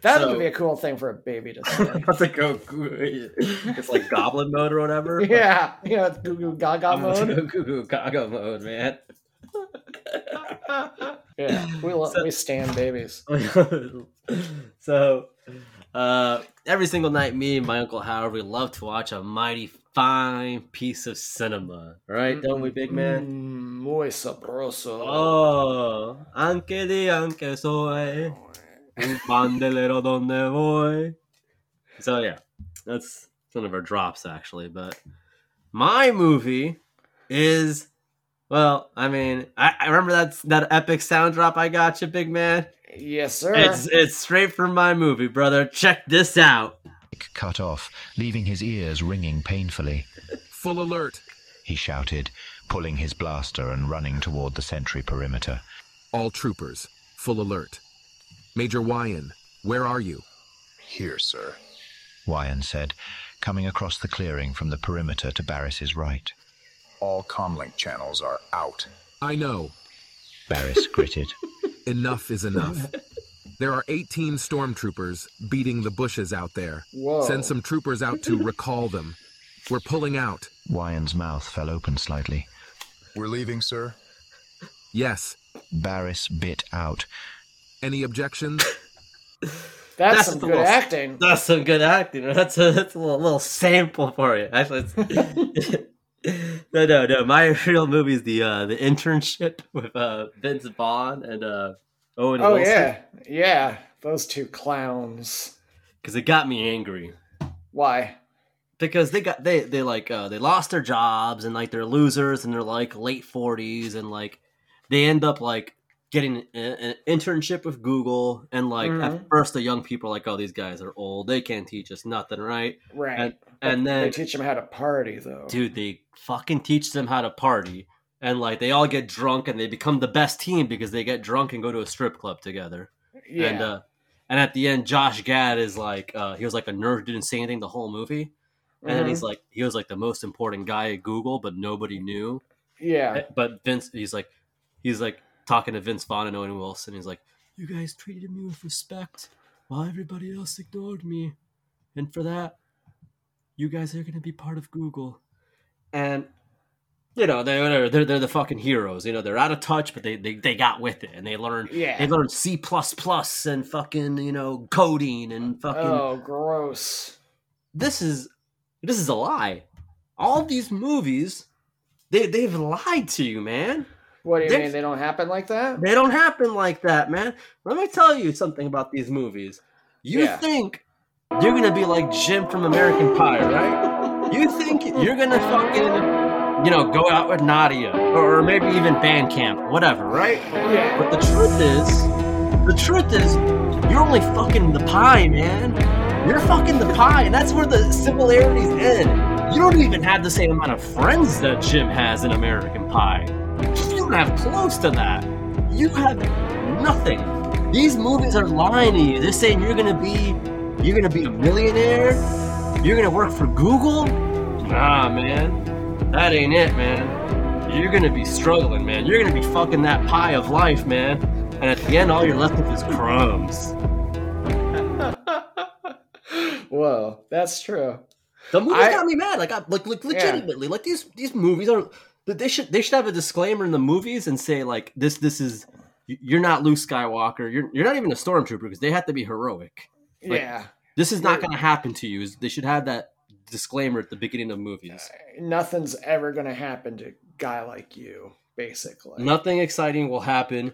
That So- would be a cool thing for a baby to I'm say. about to go. goo- It's like goblin mode or whatever. yeah, you know, it's goo goo gaga I'm about to mode. go goo goo gaga mode, man. Yeah, we love, we stand babies. so uh, every single night me and my uncle howard we love to watch a mighty fine piece of cinema right don't we big man Mm, muy sabroso. oh anche di anche soy un bandelero donde voy so yeah that's one of our drops actually but my movie is well i mean i, I remember that's that epic sound drop i got you big man Yes, sir. it's it's straight from my movie, brother. Check this out. cut off, leaving his ears ringing painfully. Full alert. He shouted, pulling his blaster and running toward the sentry perimeter. All troopers. Full alert. Major Wyan, where are you? Here, sir. Wyan said, coming across the clearing from the perimeter to Barris's right. All comlink channels are out. I know. Barris gritted. Enough is enough. there are 18 stormtroopers beating the bushes out there. Whoa. Send some troopers out to recall them. We're pulling out. Wyan's mouth fell open slightly. We're leaving, sir. Yes. Barris bit out. Any objections? that's, that's some the good most- acting. That's some good acting. That's a that's a little, little sample for you. Actually, it's, no, no, no. My real movie is the uh, the internship with uh, Vince Vaughn and uh, Owen Oh Wilson. yeah, yeah. Those two clowns. because it got me angry. Why? because they got they they like uh, they lost their jobs and like they're losers and they're like late forties and like they end up like getting a- an internship with Google and like Mm-hmm. at first the young people are like oh these guys are old they can't teach us nothing right Right. and and they then teach them how to party though. dude they fucking teach them how to party and like they all get drunk and they become the best team because they get drunk and go to a strip club together yeah. and uh, and at the end, Josh Gad is like, uh, he was like a nerd, didn't say anything the whole movie, and Mhm. he's like, he was like the most important guy at Google, but nobody knew. yeah. Eh, But Vince, he's like, he's like talking to Vince Vaughn and Owen Wilson. He's like, you guys treated me with respect while everybody else ignored me, and for that, you guys are gonna be part of Google, and. You know they whatever they're they're the fucking heroes. You know they're out of touch, but they, they, they got with it and they learned Yeah. they learned C plus plus and fucking you know coding and fucking Oh, gross. this is this is a lie. All these movies, they they've lied to you, man. What do you They're- mean they don't happen like that? They don't happen like that, man. Let me tell you something about these movies. You Yeah. think you're gonna be like Jim from American Pie, right? You think you're gonna fucking you know go out with Nadia or maybe even Bandcamp, whatever, right? Yeah. But the truth is, the truth is, you're only fucking the pie, man. You're fucking the pie, and that's where the similarities end. You don't even have the same amount of friends that Jim has in American Pie. You don't have close to that. You have nothing. These movies are lying to you. They're saying you're gonna be, you're gonna be a millionaire. You're gonna work for Google. Nah, man, that ain't it, man you're gonna be struggling, man. You're gonna be fucking that pie of life, man. And at the end, all you're left with is crumbs. Whoa, that's true. The movie I- got me mad. Like, I, like, like, legitimately, like these these movies are. They should they should have a disclaimer in the movies and say like this this is you're not Luke Skywalker. You're you're not even a stormtrooper because they have to be heroic. Like- yeah. This is not gonna happen to you. They should have that disclaimer at the beginning of movies. Nothing's ever gonna happen to a guy like you, basically. Nothing exciting will happen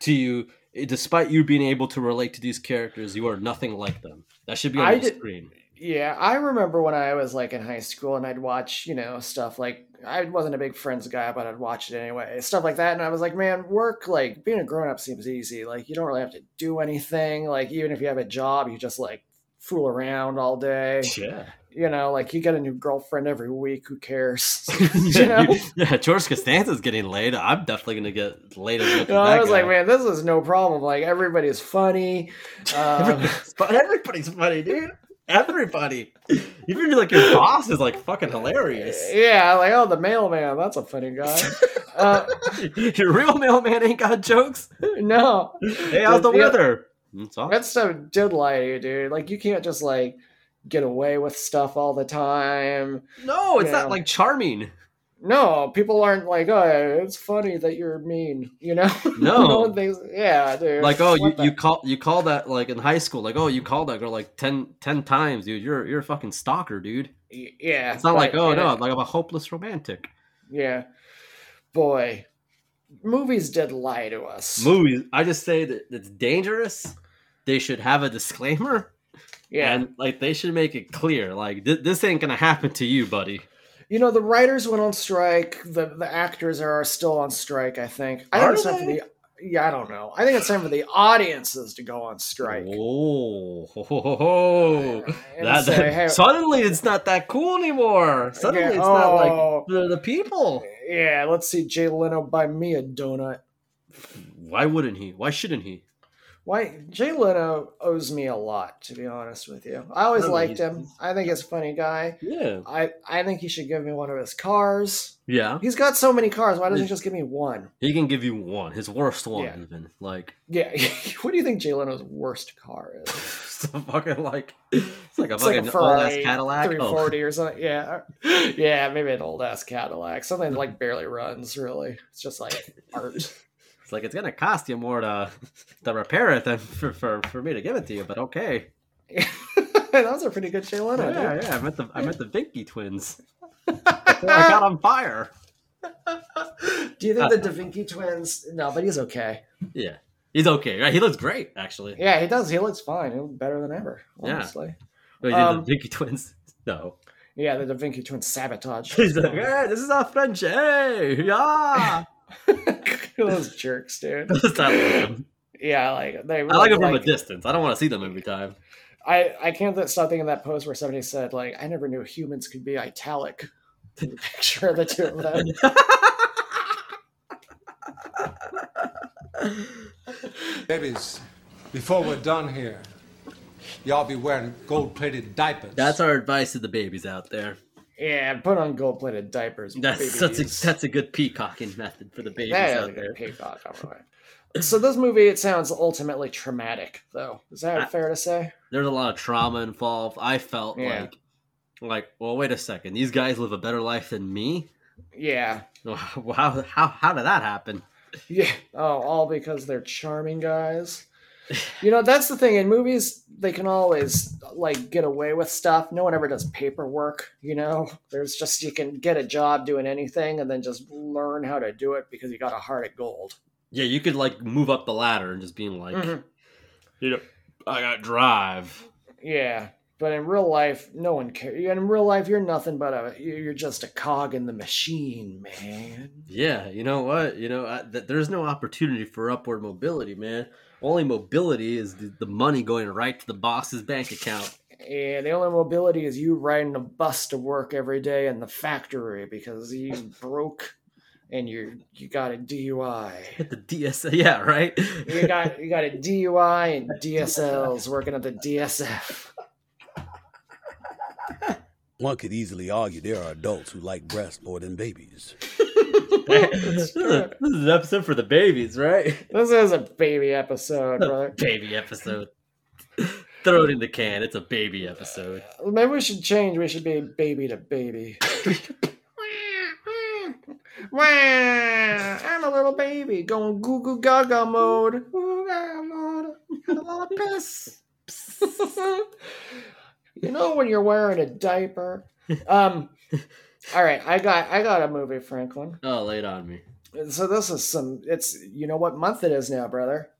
to you, eh, despite you being able to relate to these characters. You are nothing like them. That should be on I the did- screen. Yeah, I remember when I was like in high school and I'd watch, you know, stuff like I wasn't a big Friends guy, but I'd watch it anyway, stuff like that. And I was like, man, work, like being a grown up seems easy. Like you don't really have to do anything. Like even if you have a job, you just like fool around all day. Yeah. You know, like you get a new girlfriend every week. Who cares? you know? yeah, George Costanza's getting laid. I'm definitely gonna get laid. as much as And I that was like, guy. man, this is no problem. Like everybody's funny. Um, Everybody's fu- everybody's funny, dude. Everybody, even like your boss is like fucking hilarious. yeah, like oh, the mailman, that's a funny guy. uh, Your real mailman ain't got jokes. no, Hey, how's the Yeah. weather? It's all- That stuff did lie to you, dude. Like you can't just like get away with stuff all the time. No, it's Yeah. not like charming. no, people aren't like, oh, it's funny that you're mean, you know? No. one thinks- yeah, dude. like oh you, what the- you call you call that like in high school like oh you called that girl like 10, 10 times dude you're you're a fucking stalker dude Y- yeah. it's not like but, oh yeah, no like i'm a hopeless romantic Yeah. Boy, movies did lie to us. movies i just say that it's dangerous they should have a disclaimer yeah. and like they should make it clear like th- this ain't gonna happen to you buddy You know, the writers went on strike. The the actors are still on strike. I think. I Are think it's time for they? the. Yeah, I don't know. I think it's time for the audiences to go on strike. oh ho, ho, ho, ho. and That, say, that- hey- suddenly it's not that cool anymore suddenly Yeah, it's not like oh, the, the people yeah. Let's see Jay Leno buy me a donut. why wouldn't he why shouldn't he Why Jay Leno owes me a lot, to be honest with you. I always No, liked he's- him. I think he's a funny guy. yeah I I think he should give me one of his cars. yeah He's got so many cars. Why doesn't he just give me one? He can give you one, his worst one, Yeah. even. Like, Yeah. what do you think Jay Leno's worst car is? it's a fucking, like, it's like a It's like fucking a old ass Ferrari Cadillac. Oh, 340 or something. Yeah, yeah, maybe an old ass Cadillac, something that like barely runs. Really, it's just like art. it's like, it's going to cost you more to, to repair it than for, for, for me to give it to you, but okay. that was a pretty good Jay Leno. dude. Yeah, yeah, I met the, I met the Vinky twins. Before I got on fire. Do you think the Da Vinci twins? No, but he's okay. Yeah. He's okay, right? He looks great, actually. Yeah, he does. He looks fine. He looks better than ever. Yeah. Honestly. Wait, Oh, did Um, the Vinky twins? No. Yeah, the Da Vinci twins sabotage. He's like, hey, this is our friendship. Hey, yeah. Those jerks, dude. That's not him. Yeah, like they. I like him from like- a distance. I don't want to see them every time. I I can't th- stop thinking of that post where somebody said like, I never knew humans could be italic. Picture of the two of them. Babies, before we're done here, y'all be wearing gold plated diapers. That's our advice to the babies out there. Yeah, put on gold plated diapers. That's that's a, that's a good peacocking method for the babies That is a out there. good peacock. all right. So this movie, it sounds ultimately traumatic, though. Is that I- fair to say? There's a lot of trauma involved. I felt Yeah. like like well, wait a second. These guys live a better life than me. Yeah, Wow, how how how did that happen? yeah. Oh, all because they're charming guys. You know, that's the thing in movies; they can always like get away with stuff. No one ever does paperwork. You know, there's just you can get a job doing anything, and then just learn how to do it because you got a heart of gold. Yeah, you could like move up the ladder and just being like, Mhm. you know, I got drive. Yeah, but in real life, no one cares. In real life, you're nothing but a you- you're just a cog in the machine, man. Yeah, you know what? You know, I, th- there's no opportunity for upward mobility, man. Only mobility is the, the money going right to the boss's bank account. Yeah, the only mobility is you riding a bus to work every day in the factory because you broke and you you got a DUI. Hit the DSA. Yeah, right. You got you got a DUI and DSLs working at the DSF. One could easily argue there are adults who like breasts more than babies. this, is a- this is an episode for the babies, right? This is a baby episode, brother. baby episode. Throw it in the can. It's a baby episode. Maybe we should change. We should be baby to baby. Wah, I'm a little baby going goo goo gaga mode. Goo gaga mode. Got a lot of piss. you know when you're wearing a diaper. Um. All right, I got I got a movie, Franklin. oh, lay it on me. So this is some. It's you know what month it is now, brother.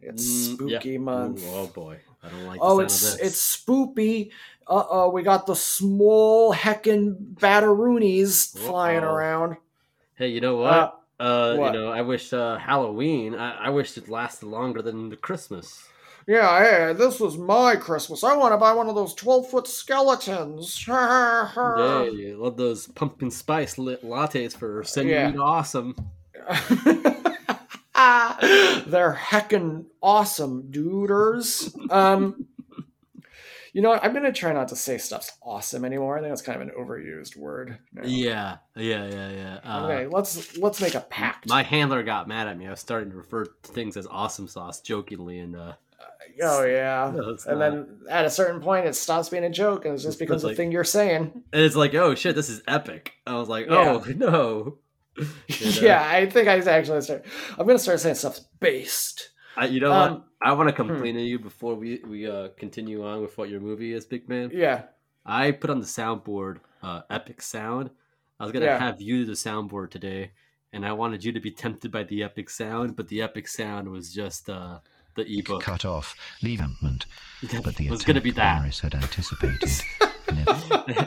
It's Mm, yeah. spooky month. Ooh, oh boy, I don't like. The Oh, sound it's of this. it's spoopy. Uh oh, we got the small heckin' batteroonies flying Uh-oh. around. Hey, you know Uh, what? Uh, what? you know, I wish uh, Halloween. I, I wish it lasted longer than the Christmas. yeah, hey, this was my Christmas. I want to buy one of those twelve foot skeletons. Hey, you love those pumpkin spice lit lattes for sending Yeah. me to awesome. They're heckin' awesome, duders. Um, you know what? I'm gonna try not to say stuff's awesome anymore. I think that's kind of an overused word. now. Yeah, yeah, yeah, yeah. Uh, Okay, let's let's make a pact. My handler got mad at me. I was starting to refer to things as awesome sauce jokingly, and uh, Oh yeah. No, it's and not. then at a certain point, it stops being a joke and it just becomes like- a thing you're saying. And it's like, oh shit, this is epic. I was like, Yeah. oh no. uh, You know? Yeah, I think I actually start. I'm gonna start saying stuff's based. I, you know what? Um, I want to complain to you before we we uh, continue on with what your movie is, big man. Yeah. I put on the soundboard uh, epic sound. I was gonna Yeah. have you do the soundboard today, and I wanted you to be tempted by the epic sound, but the epic sound was just uh, the ebook. Cut off, leave amendment. But the It was gonna be attempt Morris had anticipated. and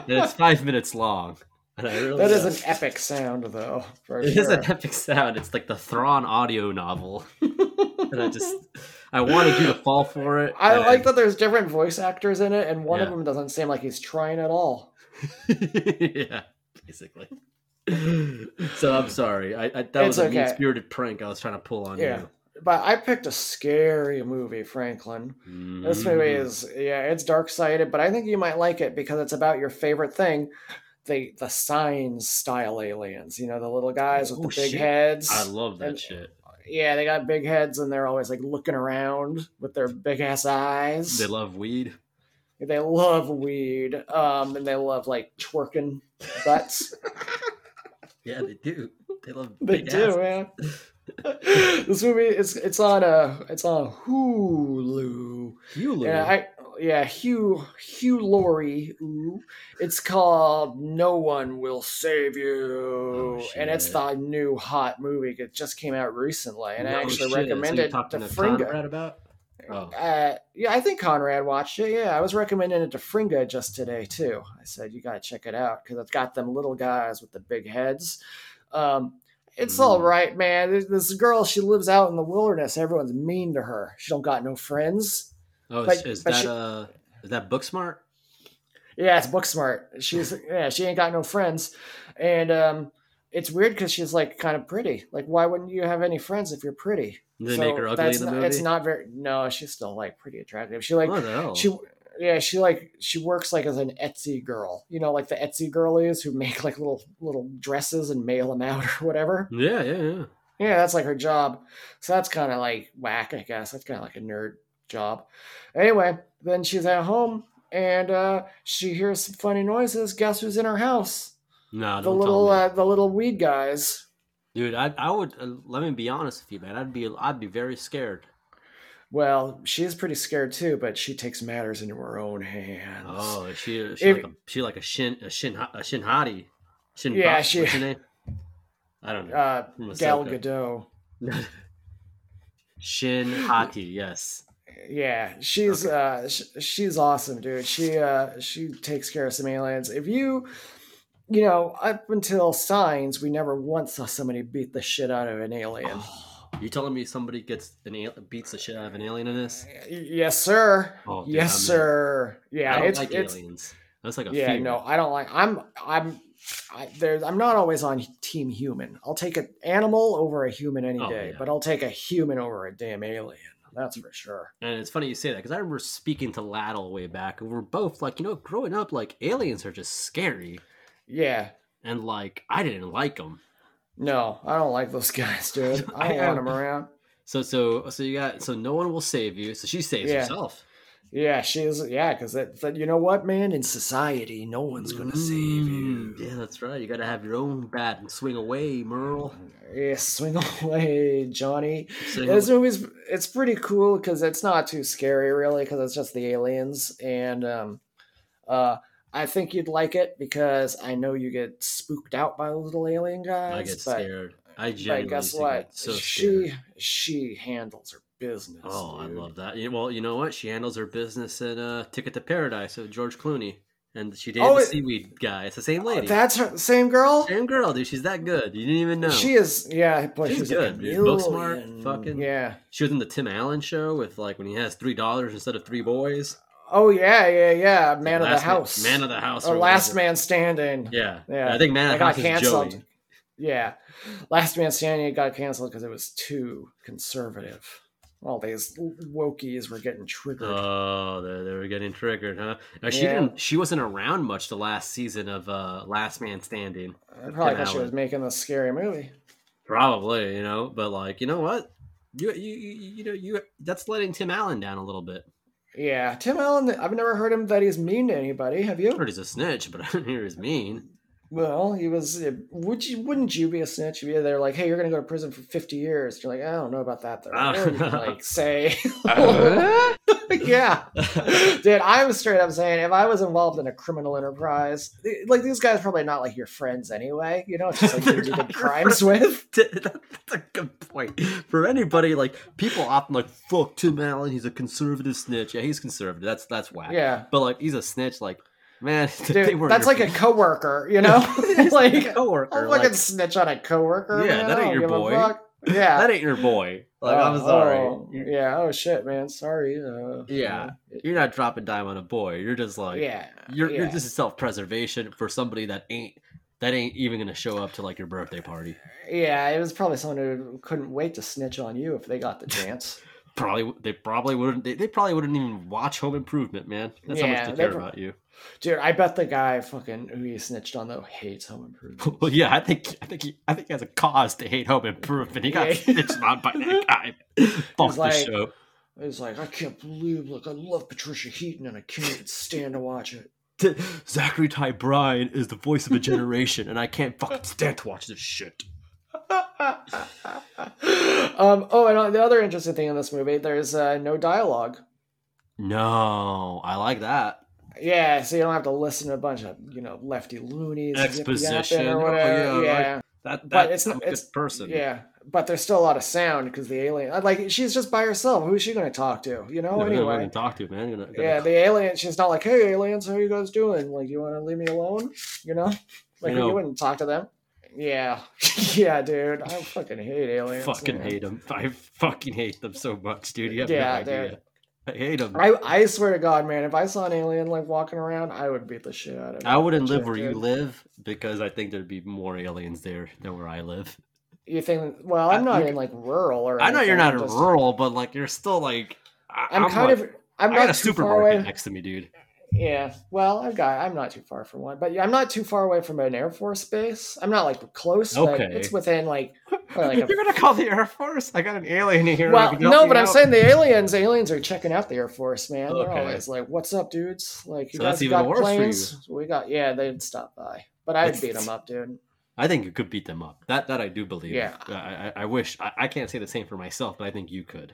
it's five minutes long. And I really That is an epic sound, though. For Oh, It is an epic sound. It's like the Thrawn audio novel. and I just, I wanted you to fall for it. I and- like that there's different voice actors in it, and one of Yeah. them doesn't seem like he's trying at all. yeah, basically. So I'm sorry. I, I that It's was a okay. mean spirited prank I was trying to pull on Yeah. you. But I picked a scary movie, Franklin. This movie Mhm. is yeah, it's dark sided, but I think you might like it because it's about your favorite thing, the the signs style aliens. You know, the little guys with Oh, the big shit. heads. I love that and- shit. Yeah, they got big heads and they're always like looking around with their big ass eyes. They love weed. They love weed, um, and they love like twerking butts. Yeah, they do. They love. they big do, ass- man. this movie it's it's on a it's on Hulu. Hulu. Yeah, I yeah Hugh Hugh Laurie. Ooh. It's called No One Will Save You, and it's Oh, shit. the new hot movie. It just came out recently, and No I actually shit. So you recommended talked it to to Fringa. Conrad about. Oh, Uh, yeah, I think Conrad watched it. Yeah, I was recommending it to Fringa just today too. I said you got to check it out because it's got them little guys with the big heads. Um, it's all Mm. right, man. This- This girl, she lives out in the wilderness. Everyone's mean to her. She don't got no friends. oh, but- is, is but that she- uh, is that Booksmart? Yeah, it's book smart. She's yeah, she ain't got no friends, and um, it's weird because she's like kind of pretty. Like, why wouldn't you have any friends if you're pretty? Did they make her ugly that's in the not- It's movie? not very. No, she's still like pretty attractive. She like What the hell? she yeah she like she works like as an Etsy girl. You know, like the Etsy girlies who make like little little dresses and mail them out or whatever. Yeah, yeah, yeah. Yeah, that's like her job. So that's kind of like whack, I guess. That's kind of like a nerd job. Anyway, then she's at home and uh, she hears some funny noises. Guess who's in her house? No, the don't little tell me. uh, the little weed guys. dude. I, I would. Uh, let me be honest with you, man. I'd be, I'd be very scared. Well, she's pretty scared too, but she takes matters into her own hands. Oh, is she, is she If- like a, she like a shin, a shin, a shin hottie. Shin Yeah, Bot- she- What's her name? I don't know. uh, From Gal Ahsoka. Gadot. Shin hottie. Yes. Yeah, she's uh sh- she's awesome, dude. She uh she takes care of some aliens. If you you know, up until signs, we never once saw somebody beat the shit out of an alien. You telling me somebody gets an al- beats the shit out of an alien in this? Y- Yes, sir. Oh, dude, yes, I'm in. sir. Yeah, I don't it's like it's aliens. That's like a yeah. fear. No, I don't like. I'm I'm I, there's I'm not always on team human. I'll take an animal over a human any Oh, day, yeah. but I'll take a human over a damn alien. That's for sure. And it's funny you say that because I remember speaking to Laddle way back, and we are both like, you know, growing up, like aliens are just scary, Yeah. and like I didn't like them. No, I don't like those guys, dude. I don't I- want them around. So so so you got so no one will save you. So she saves Yeah. herself. Yeah, she is. Yeah, because that, that- you know what, man? In society, no one's gonna save you. Mm. Yeah, that's right. You got to have your own bat and swing away, Merle. Yeah, swing away, Johnny. Swing this movie's it's pretty cool because it's not too scary, really, because it's just the aliens. And um, uh, I think you'd like it because I know you get spooked out by the little alien guys. I get but, scared. I But genuinely guess get what? So scared. she she handles her business. Oh, I dude. love that. You- Well, you know what? She handles her business at uh, Ticket to Paradise with George Clooney, and she dated Oh, the it- Oh, seaweed guy. It's the same lady. That's her same girl. same girl, dude. She's that good. You didn't even know. She is, yeah, boy, She's she's, a good, dude. Book smart, chameleon. fucking- yeah. She was in the Tim Allen show with like when he has three dollars instead of three boys. Oh yeah, yeah, yeah. Man of the Last man- house. man of the house Or or last whatever. man standing. Yeah, Yeah. I think Man I of the got House is canceled. Joey. Yeah. Last man standing got canceled because it was too conservative. All these wokies were getting triggered. Oh, they, they were getting triggered, huh? Now, she Yeah. didn't. She wasn't around much the last season of uh, Last Man Standing. I probably Tim thought she Allen. was making this scary movie. Probably, you know, but like, you know what? You, you, you, you know, you that's letting Tim Allen down a little bit. Yeah, Tim Allen. I've never heard him that he's mean to anybody. Have you? I heard he's a snitch, but I didn't hear he's mean. Well, he was. Would you? Wouldn't you be a snitch if you- they're like, "Hey, you're going to go to prison for 50 years"? You're like, "I don't know about that." Though. Uh. Or you could, like say, Uh. yeah, dude. I'm straight up saying, if I was involved in a criminal enterprise, th- like these guys are probably not like your friends anyway. You know, it's just like dudes you did crimes with. That's a good point. For anybody, like people often like fuck Tim Allen. He's a conservative snitch. Yeah, he's conservative. That's that's whack. Yeah. but like he's a snitch. Like man, they Dude, weren't that's your like a coworker, you know? like a coworker. I'll like- fucking snitch on a coworker. Yeah, man. that I don't ain't your give a boy. fuck. Yeah, that ain't your boy. Like I'm Oh, sorry. oh, yeah. Oh shit, man. Sorry. Uh, Yeah, you're not dropping dime on a boy. You're just like Yeah, You're you're yeah. just self preservation for somebody that ain't that ain't even gonna show up to like your birthday party. Yeah, it was probably someone who couldn't wait to snitch on you if they got the chance. Probably they probably wouldn't they, they probably wouldn't even watch Home Improvement, man. That's how Yeah, much they they care pro- about you. Dude, I bet the guy fucking who he snitched on though hates home improvement. Well, yeah, I think I think he, I think he has a cause to hate Home Improvement. He got Yeah. snitched on by that guy. Fuck the like- show. He's like, I can't believe, look, I love Patricia Heaton and I can't stand to watch it. Zachary Ty Bryan is the voice of a generation, and I can't fucking stand to watch this shit. Um, oh, and uh, the other interesting thing in this movie, there's uh, no dialogue. No, I like that. Yeah, so you don't have to listen to a bunch of you know lefty loonies Exposition. yip-yapping or Oh, whatever. yeah, right. yeah, That But that's it's not- a it's- good person. yeah, but there's still a lot of sound because the alien, uh, like, she's just by herself. Who is she going to talk to? You know, No, anyway. oh, anyway. to talk to man. You're not gonna- Yeah, the alien. She's not like, "Hey, aliens, how you guys doing? Like, you want to leave me alone?" You know, like You know. you wouldn't talk to them. Yeah, yeah, dude. I fucking hate aliens. fucking man. hate them. I fucking hate them so much, dude. You have Yeah, no idea. dude. I hate them. I, I, I swear to God, man, if I saw an alien like walking around, I would beat the shit out of it. wouldn't live where you live because I think there'd be more aliens there than where I live. You think? Well, I'm not in like rural or. I know anything, you're not in just- rural, but like you're still like I, I'm, kind like- of. I'm I not got a too far away. supermarket next to me, dude. Yeah, well, I've got. I'm not too far from one, but yeah, I'm not too far away from an air force base. I'm not like close, Okay. but it's within like, probably, like a you're gonna call the Air Force? I got an alien here. I Well, can help no, you but I'm out. saying the aliens. Aliens are checking out the Air Force, man. They're Okay. always like, "What's up, dudes? Like, you So guys that's even got worse for you. planes? We got yeah." They'd stop by, but I'd That's- beat them up, dude. I think you could beat them up. That that I do believe. Uh, Yeah. I, I, I wish I, I can't say the same for myself, but I think you could.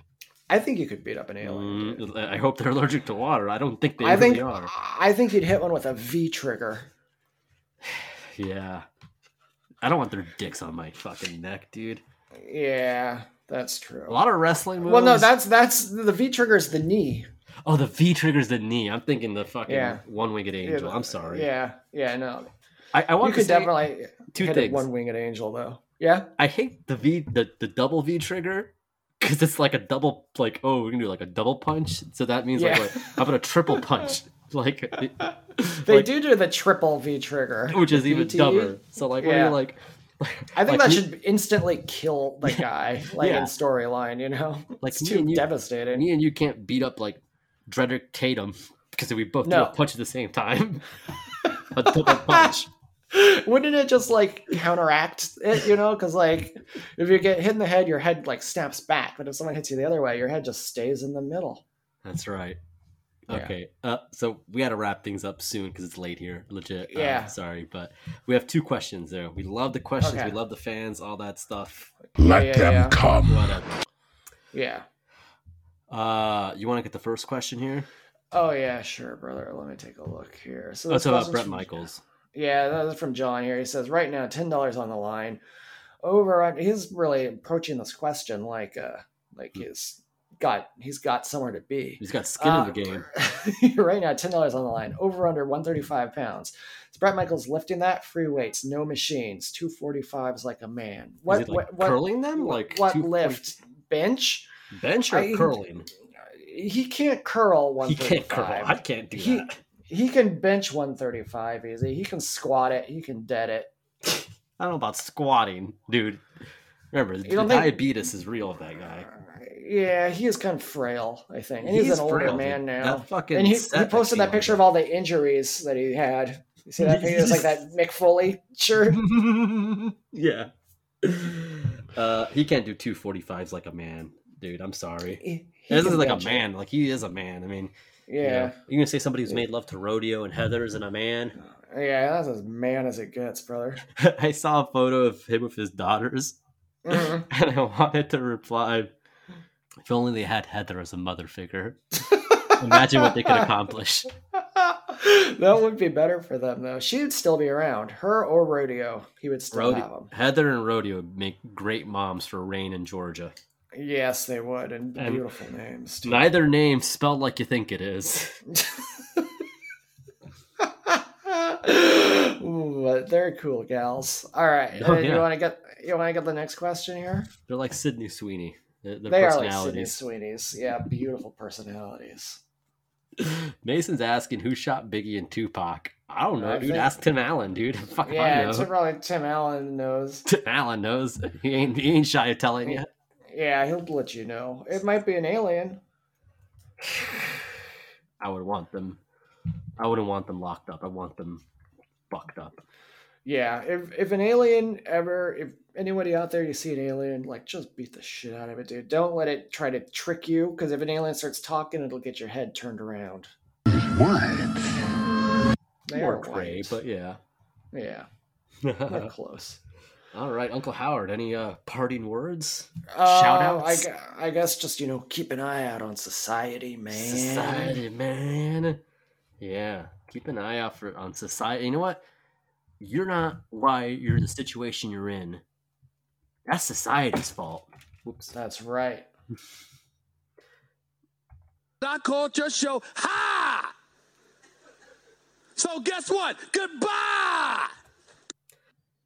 I think you could beat up an alien. Mm, I hope they're allergic to water. I don't think they I really think are. I think you'd hit one with a V trigger. Yeah. I don't want their dicks on my fucking neck, dude. Yeah, that's true. A lot of wrestling moves. well, no, that's that's the V trigger is the knee. Oh, the V triggers the knee. I'm thinking the fucking Yeah. one winged angel. I'm sorry. Yeah, yeah, no. I, I You want to could say, definitely two hit things. one winged angel though. Yeah. I hate the V the, the double V trigger because it's like a double like oh we're gonna do like a double punch. So that means like, Yeah. like I'm gonna triple punch. Like it- They like, do do the triple V trigger, which is the even VT. dumber. So like when Yeah. you're like I think Like, that me- should instantly kill the guy, like Yeah. in storyline, you know? Like, it's me too and you- devastating. me and you can't beat up like Dredrick Tatum because we both do No. a punch at the same time. a double punch. Wouldn't it just like counteract it, you know? Because like if you get hit in the head, your head like snaps back, but if someone hits you the other way, your head just stays in the middle. That's right. Yeah. Okay. Uh, so we got to wrap things up soon because it's late here. Legit. Uh, Yeah. sorry, but we have two questions there. We love the questions. Okay. We love the fans. All that stuff. Let Yeah, yeah, them yeah. come. Whatever. Yeah. Uh, you want to get the first question here? Oh yeah, sure, brother. Let me take a look here. So Oh, this it's about question's Brett from- Michaels. Yeah, that was from John here. He says, right now, ten dollars on the line. Over on he's really approaching this question like uh like Hmm. he's got he's got somewhere to be. He's got skin Uh, in the game. right now, ten dollars on the line. Over under one thirty five pounds. It's Brett Michaels lifting that free weights, no machines, two forty fives like a man. Is What it like what, what curling them? Like what two- lift? Bench? bench or I- curling? He can't curl one He thirty can't curl. I five. can't do He- that. He can bench one thirty five easy. He can squat it. He can dead it. I don't know about squatting, dude. Remember, the don't think- diabetes is real with that guy. Yeah, he is kind of frail, I think. And he's, He's an older frail, dude. man now. That fucking and he, set he that posted he that picture had. of all the injuries that he had. You see that picture? It's like that Mick Foley shirt. yeah. Uh, he can't do two forty fives like a man. dude. I'm sorry. He- he this is can like a bench it. man. Like he is a man. I mean, you Yeah. know, you can say somebody who's made love to rodeo and Heather isn't a man. Yeah, that's as man as it gets, brother. I saw a photo of him with his daughters, Mhm. and I wanted to reply, "If only they had Heather as a mother figure. Imagine what they could accomplish." that would be better for them though. She'd still be around, her or rodeo. He would still have Rodeo, them. Heather and rodeo would make great moms for Rain and Georgia. Yes, they would, and, And- beautiful names. too. Neither name spelled like you think it is. Ooh, but they're cool gals. All right, Oh, uh, yeah. you want to get you want to get the next question here? They're like Sydney Sweeney. uh, Their, their they are like Sydney personalities. Sweeney's. Yeah, beautiful personalities. Mason's asking who shot Biggie and Tupac. I don't know, I dude. think- Ask Tim Allen, dude. Fuck, I Uh, Yeah, know. Tim, probably Tim Allen knows. Tim Allen knows. He ain't he ain't shy of telling you. Yeah, he'll let you know. It might be an alien. I would want them. I wouldn't want them locked up. I want them fucked up. Yeah, if if an alien ever, if anybody out there you see an alien, like just beat the shit out of it, dude. Don't let it try to trick you, because if an alien starts talking, it'll get your head turned around. They More are gray, but Uh-huh. yeah. white. Yeah, they're close. All right, Uncle Howard. Any uh, parting words? Shout Uh, I, outs? gu- I guess just you know keep an eye out on society, man. Society, man. Yeah, keep an eye out for on society. You know what? You're not why you're in the situation you're in. That's society's fault. Whoops. That's right. I called your show Ha! So guess what? Goodbye!